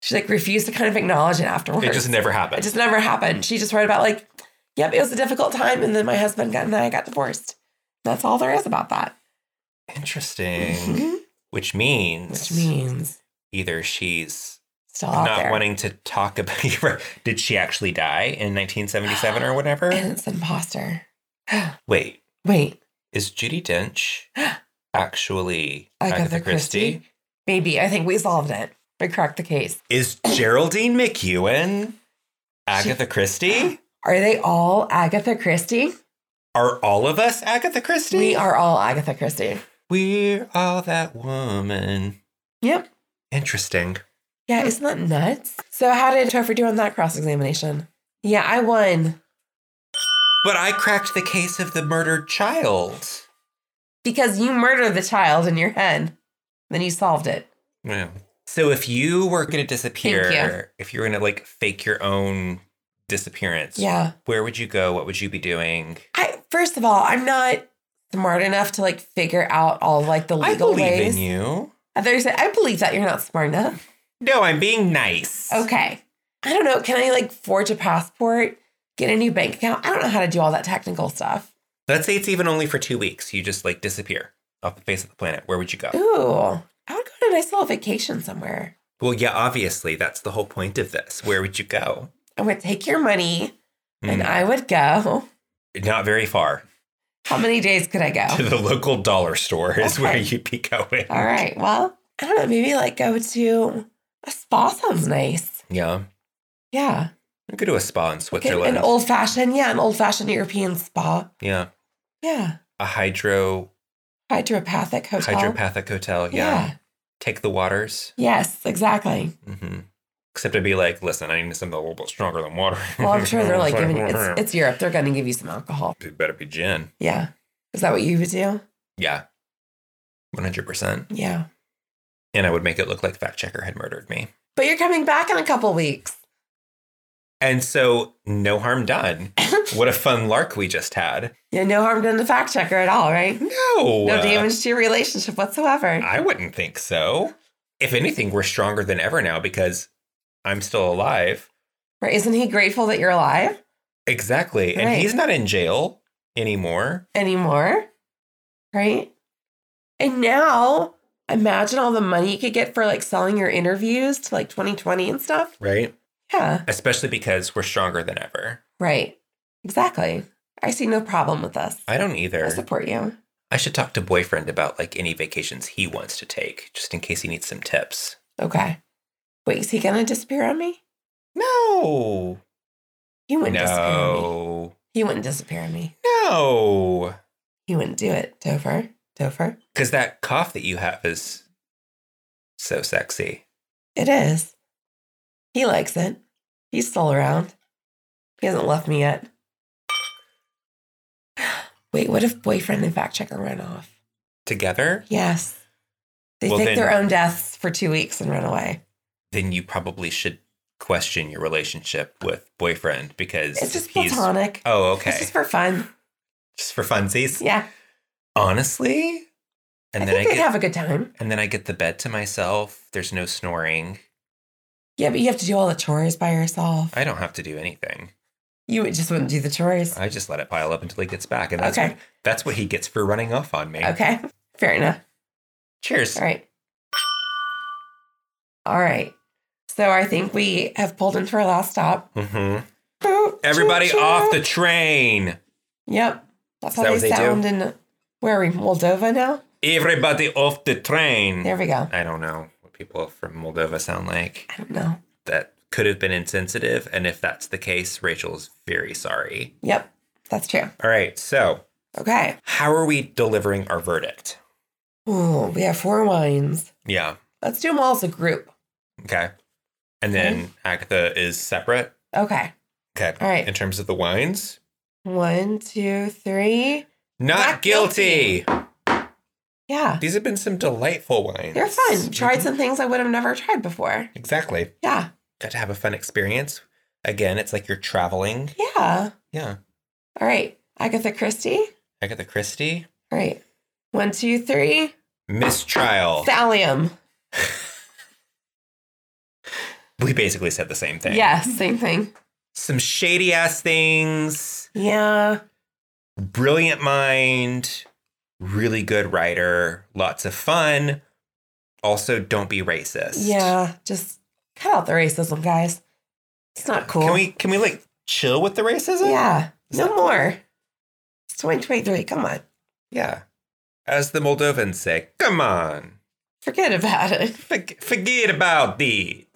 [SPEAKER 3] she like refused to kind of acknowledge it afterwards.
[SPEAKER 2] It just never
[SPEAKER 3] it
[SPEAKER 2] happened.
[SPEAKER 3] just never happened. She just wrote about like, yep, it was a difficult time, and then my husband got and I got divorced. That's all there is about that.
[SPEAKER 2] Interesting.
[SPEAKER 3] Mhm.
[SPEAKER 2] Which means
[SPEAKER 3] Which means
[SPEAKER 2] either she's
[SPEAKER 3] still out
[SPEAKER 2] not
[SPEAKER 3] there.
[SPEAKER 2] wanting to talk about did she actually die in 1977 or whatever?
[SPEAKER 3] and it's an imposter.
[SPEAKER 2] Wait,
[SPEAKER 3] Wait,
[SPEAKER 2] is Judy Dench actually
[SPEAKER 3] Agatha, Christie? Maybe I think we solved it. We cracked the case.
[SPEAKER 2] Is Geraldine McEwen Agatha Christie?
[SPEAKER 3] Are they all Agatha Christie?
[SPEAKER 2] Are all of us Agatha Christie?
[SPEAKER 3] We are all Agatha Christie.
[SPEAKER 2] We're all that woman.
[SPEAKER 3] Yep.
[SPEAKER 2] Interesting.
[SPEAKER 3] Yeah, isn't that nuts? So how did Topher do on that cross examination? Yeah, I won
[SPEAKER 2] But I cracked the case of the murdered child.
[SPEAKER 3] because you murdered the child in your head. Then you solved it.
[SPEAKER 2] Wow. So if you were going to disappear,
[SPEAKER 3] you.
[SPEAKER 2] if you were going to like fake your own disappearance,
[SPEAKER 3] Yeah.
[SPEAKER 2] where would you go? What would you be doing?
[SPEAKER 3] I first of all, I'm not smart enough to like figure out all like the
[SPEAKER 2] I
[SPEAKER 3] legal
[SPEAKER 2] believe
[SPEAKER 3] ways.
[SPEAKER 2] in you.
[SPEAKER 3] I thought you said I believe that you're not smart enough.
[SPEAKER 2] No, I'm being nice.
[SPEAKER 3] Okay. I don't know. Can I like forge a passport? Get a new bank account? I don't know how to do all that technical stuff.
[SPEAKER 2] Let's say it's even only for two weeks. You just like disappear off the face of the planet. Where would you go?
[SPEAKER 3] Ooh. I would go on a nice little vacation somewhere.
[SPEAKER 2] Well, yeah, obviously, that's the whole point of this. Where would you go?
[SPEAKER 3] I would take your money and
[SPEAKER 2] Mm,
[SPEAKER 3] I would go.
[SPEAKER 2] Not very far.
[SPEAKER 3] How many days could I
[SPEAKER 2] To
[SPEAKER 3] go?
[SPEAKER 2] the local dollar store is
[SPEAKER 3] Okay.
[SPEAKER 2] where you'd be going.
[SPEAKER 3] All right. Well, I don't know. Maybe like go to a spa sounds nice.
[SPEAKER 2] Yeah.
[SPEAKER 3] Yeah.
[SPEAKER 2] You could do a spa in
[SPEAKER 3] Get
[SPEAKER 2] Switzerland.
[SPEAKER 3] an old fashioned, yeah, an old fashioned European spa.
[SPEAKER 2] yeah.
[SPEAKER 3] Yeah.
[SPEAKER 2] A hydro
[SPEAKER 3] Hydropathic hotel.
[SPEAKER 2] hydropathic hotel. yeah. Take the waters.
[SPEAKER 3] Yes, exactly.
[SPEAKER 2] hmm Except I'd be like, listen, I need something a little bit stronger than water.
[SPEAKER 3] Well, I'm sure they're like giving it's, it's Europe. They're going to give you some alcohol.
[SPEAKER 2] It better be gin.
[SPEAKER 3] Yeah. Is that what you would do?
[SPEAKER 2] Yeah. 100%.
[SPEAKER 3] Yeah.
[SPEAKER 2] And I would make it look like Fact Checker had murdered me.
[SPEAKER 3] But you're coming back in a couple weeks.
[SPEAKER 2] And so, no harm done. what a fun lark we just had.
[SPEAKER 3] Yeah, no harm done to fact checker at all, right?
[SPEAKER 2] No.
[SPEAKER 3] No
[SPEAKER 2] uh,
[SPEAKER 3] damage to your relationship whatsoever.
[SPEAKER 2] I wouldn't think so. If anything, we're stronger than ever now because I'm still alive.
[SPEAKER 3] Right? Isn't he grateful that you're alive
[SPEAKER 2] Exactly.
[SPEAKER 3] Right.
[SPEAKER 2] And he's not in jail anymore.
[SPEAKER 3] anymore? Right? And now imagine all the money you could get for like selling your interviews to like 2020 and stuff.
[SPEAKER 2] Right.
[SPEAKER 3] Yeah.
[SPEAKER 2] Especially because we're stronger than ever.
[SPEAKER 3] Right. Exactly. I see no problem with this.
[SPEAKER 2] I don't either.
[SPEAKER 3] I support you.
[SPEAKER 2] I should talk to boyfriend about like any vacations he wants to take, just in case he needs some tips.
[SPEAKER 3] Okay. Wait, is he gonna disappear on me?
[SPEAKER 2] No.
[SPEAKER 3] He wouldn't disappear on me.
[SPEAKER 2] No.
[SPEAKER 3] He wouldn't disappear on me.
[SPEAKER 2] No.
[SPEAKER 3] He wouldn't do it. Dover. Dover.
[SPEAKER 2] Because that cough that you have is so sexy.
[SPEAKER 3] It is. He likes it. He's still around. He hasn't left me yet. Wait, what if boyfriend and fact checker run off?
[SPEAKER 2] Together,
[SPEAKER 3] Yes. They
[SPEAKER 2] Well,
[SPEAKER 3] fake
[SPEAKER 2] then-
[SPEAKER 3] their own deaths for two weeks and run away.
[SPEAKER 2] then you probably should question your relationship with boyfriend because
[SPEAKER 3] It's just
[SPEAKER 2] if he's
[SPEAKER 3] platonic.
[SPEAKER 2] oh
[SPEAKER 3] It's
[SPEAKER 2] okay
[SPEAKER 3] just for fun.
[SPEAKER 2] just for funsies
[SPEAKER 3] Yeah.
[SPEAKER 2] honestly and
[SPEAKER 3] I
[SPEAKER 2] then I
[SPEAKER 3] think they'd
[SPEAKER 2] get
[SPEAKER 3] have a good time.
[SPEAKER 2] and then I get the bed to myself there's no snoring
[SPEAKER 3] Yeah, but you have to do all the chores by yourself.
[SPEAKER 2] I don't have to do anything
[SPEAKER 3] You would- just wouldn't do the chores.
[SPEAKER 2] I just let it pile up until he gets back and that's
[SPEAKER 3] Okay.
[SPEAKER 2] what, that's what he gets for running off on me
[SPEAKER 3] Okay. Fair enough.
[SPEAKER 2] cheers
[SPEAKER 3] All right. All right. So I think we have pulled into our last stop.
[SPEAKER 2] hmm everybody off the train
[SPEAKER 3] Yep. That's
[SPEAKER 2] Is
[SPEAKER 3] how
[SPEAKER 2] that
[SPEAKER 3] they,
[SPEAKER 2] what they do?
[SPEAKER 3] sound in where are we? Moldova now?
[SPEAKER 2] everybody off the train
[SPEAKER 3] There we go.
[SPEAKER 2] I don't know what people from Moldova sound like
[SPEAKER 3] I don't know.
[SPEAKER 2] that could have been insensitive. And if that's the case, Rachel's very sorry.
[SPEAKER 3] Yep. That's true.
[SPEAKER 2] All right. So,
[SPEAKER 3] Okay.
[SPEAKER 2] how are we delivering our verdict?
[SPEAKER 3] Ooh, we have four wines.
[SPEAKER 2] Yeah.
[SPEAKER 3] Let's do them all as a group.
[SPEAKER 2] Okay. And then Agatha is separate.
[SPEAKER 3] Okay.
[SPEAKER 2] Okay.
[SPEAKER 3] All right.
[SPEAKER 2] In terms of the wines,
[SPEAKER 3] One, two, three.
[SPEAKER 2] not,
[SPEAKER 3] Not
[SPEAKER 2] guilty.
[SPEAKER 3] Yeah.
[SPEAKER 2] These have been some delightful wines.
[SPEAKER 3] They're fun. Tried
[SPEAKER 2] Mhm.
[SPEAKER 3] some things I would have never tried before.
[SPEAKER 2] Exactly.
[SPEAKER 3] Yeah.
[SPEAKER 2] Got to have a fun experience. Again, it's like you're traveling.
[SPEAKER 3] Yeah.
[SPEAKER 2] Yeah.
[SPEAKER 3] All right. Agatha Christie.
[SPEAKER 2] Agatha Christie.
[SPEAKER 3] All right. One, two, three.
[SPEAKER 2] Mistrial.
[SPEAKER 3] Thallium.
[SPEAKER 2] we basically said the same thing.
[SPEAKER 3] Yes, same thing.
[SPEAKER 2] Some shady ass things.
[SPEAKER 3] Yeah.
[SPEAKER 2] Brilliant mind. Really good writer. Lots of fun. Also, don't be racist.
[SPEAKER 3] Yeah. Just cut out the racism, guys. It's not cool.
[SPEAKER 2] Can we can we like chill with the racism?
[SPEAKER 3] Yeah.
[SPEAKER 2] It's
[SPEAKER 3] no
[SPEAKER 2] not
[SPEAKER 3] more. It's 2023. Come on.
[SPEAKER 2] Yeah. As the Moldovans say, come on.
[SPEAKER 3] Forget about it.
[SPEAKER 2] Forg- forget about the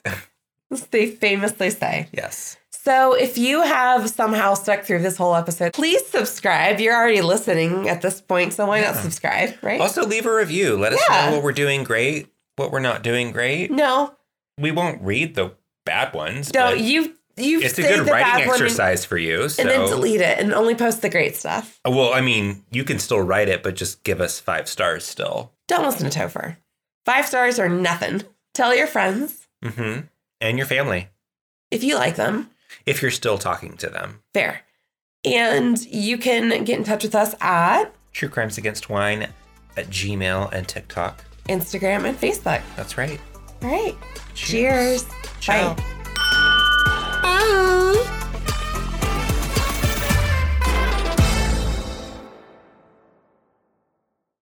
[SPEAKER 3] As they famously say.
[SPEAKER 2] Yes.
[SPEAKER 3] So if you have somehow stuck through this whole episode, please subscribe. You're already listening at this point, so why not
[SPEAKER 2] Yeah.
[SPEAKER 3] subscribe, right?
[SPEAKER 2] Also leave a review. Let us
[SPEAKER 3] Yeah.
[SPEAKER 2] know what we're doing great, what we're not doing great.
[SPEAKER 3] no,
[SPEAKER 2] We won't read the bad ones.
[SPEAKER 3] no,
[SPEAKER 2] but
[SPEAKER 3] you you
[SPEAKER 2] it's a
[SPEAKER 3] saved
[SPEAKER 2] good
[SPEAKER 3] the bad
[SPEAKER 2] writing
[SPEAKER 3] one and-
[SPEAKER 2] exercise for you. So
[SPEAKER 3] and then delete it and only post the great stuff.
[SPEAKER 2] well, I mean, you can still write it, but just give us five stars still.
[SPEAKER 3] Don't listen to Topher. Five stars are nothing. Tell your friends
[SPEAKER 2] hmm And your family,
[SPEAKER 3] if you like them.
[SPEAKER 2] if you're still talking to them.
[SPEAKER 3] Fair. And you can get in touch with us at
[SPEAKER 2] True Crimes Against Wine at Gmail and TikTok.
[SPEAKER 3] Instagram and Facebook.
[SPEAKER 2] That's right.
[SPEAKER 3] All right.
[SPEAKER 2] Cheers.
[SPEAKER 3] Cheers.
[SPEAKER 2] Ciao.
[SPEAKER 3] Bye.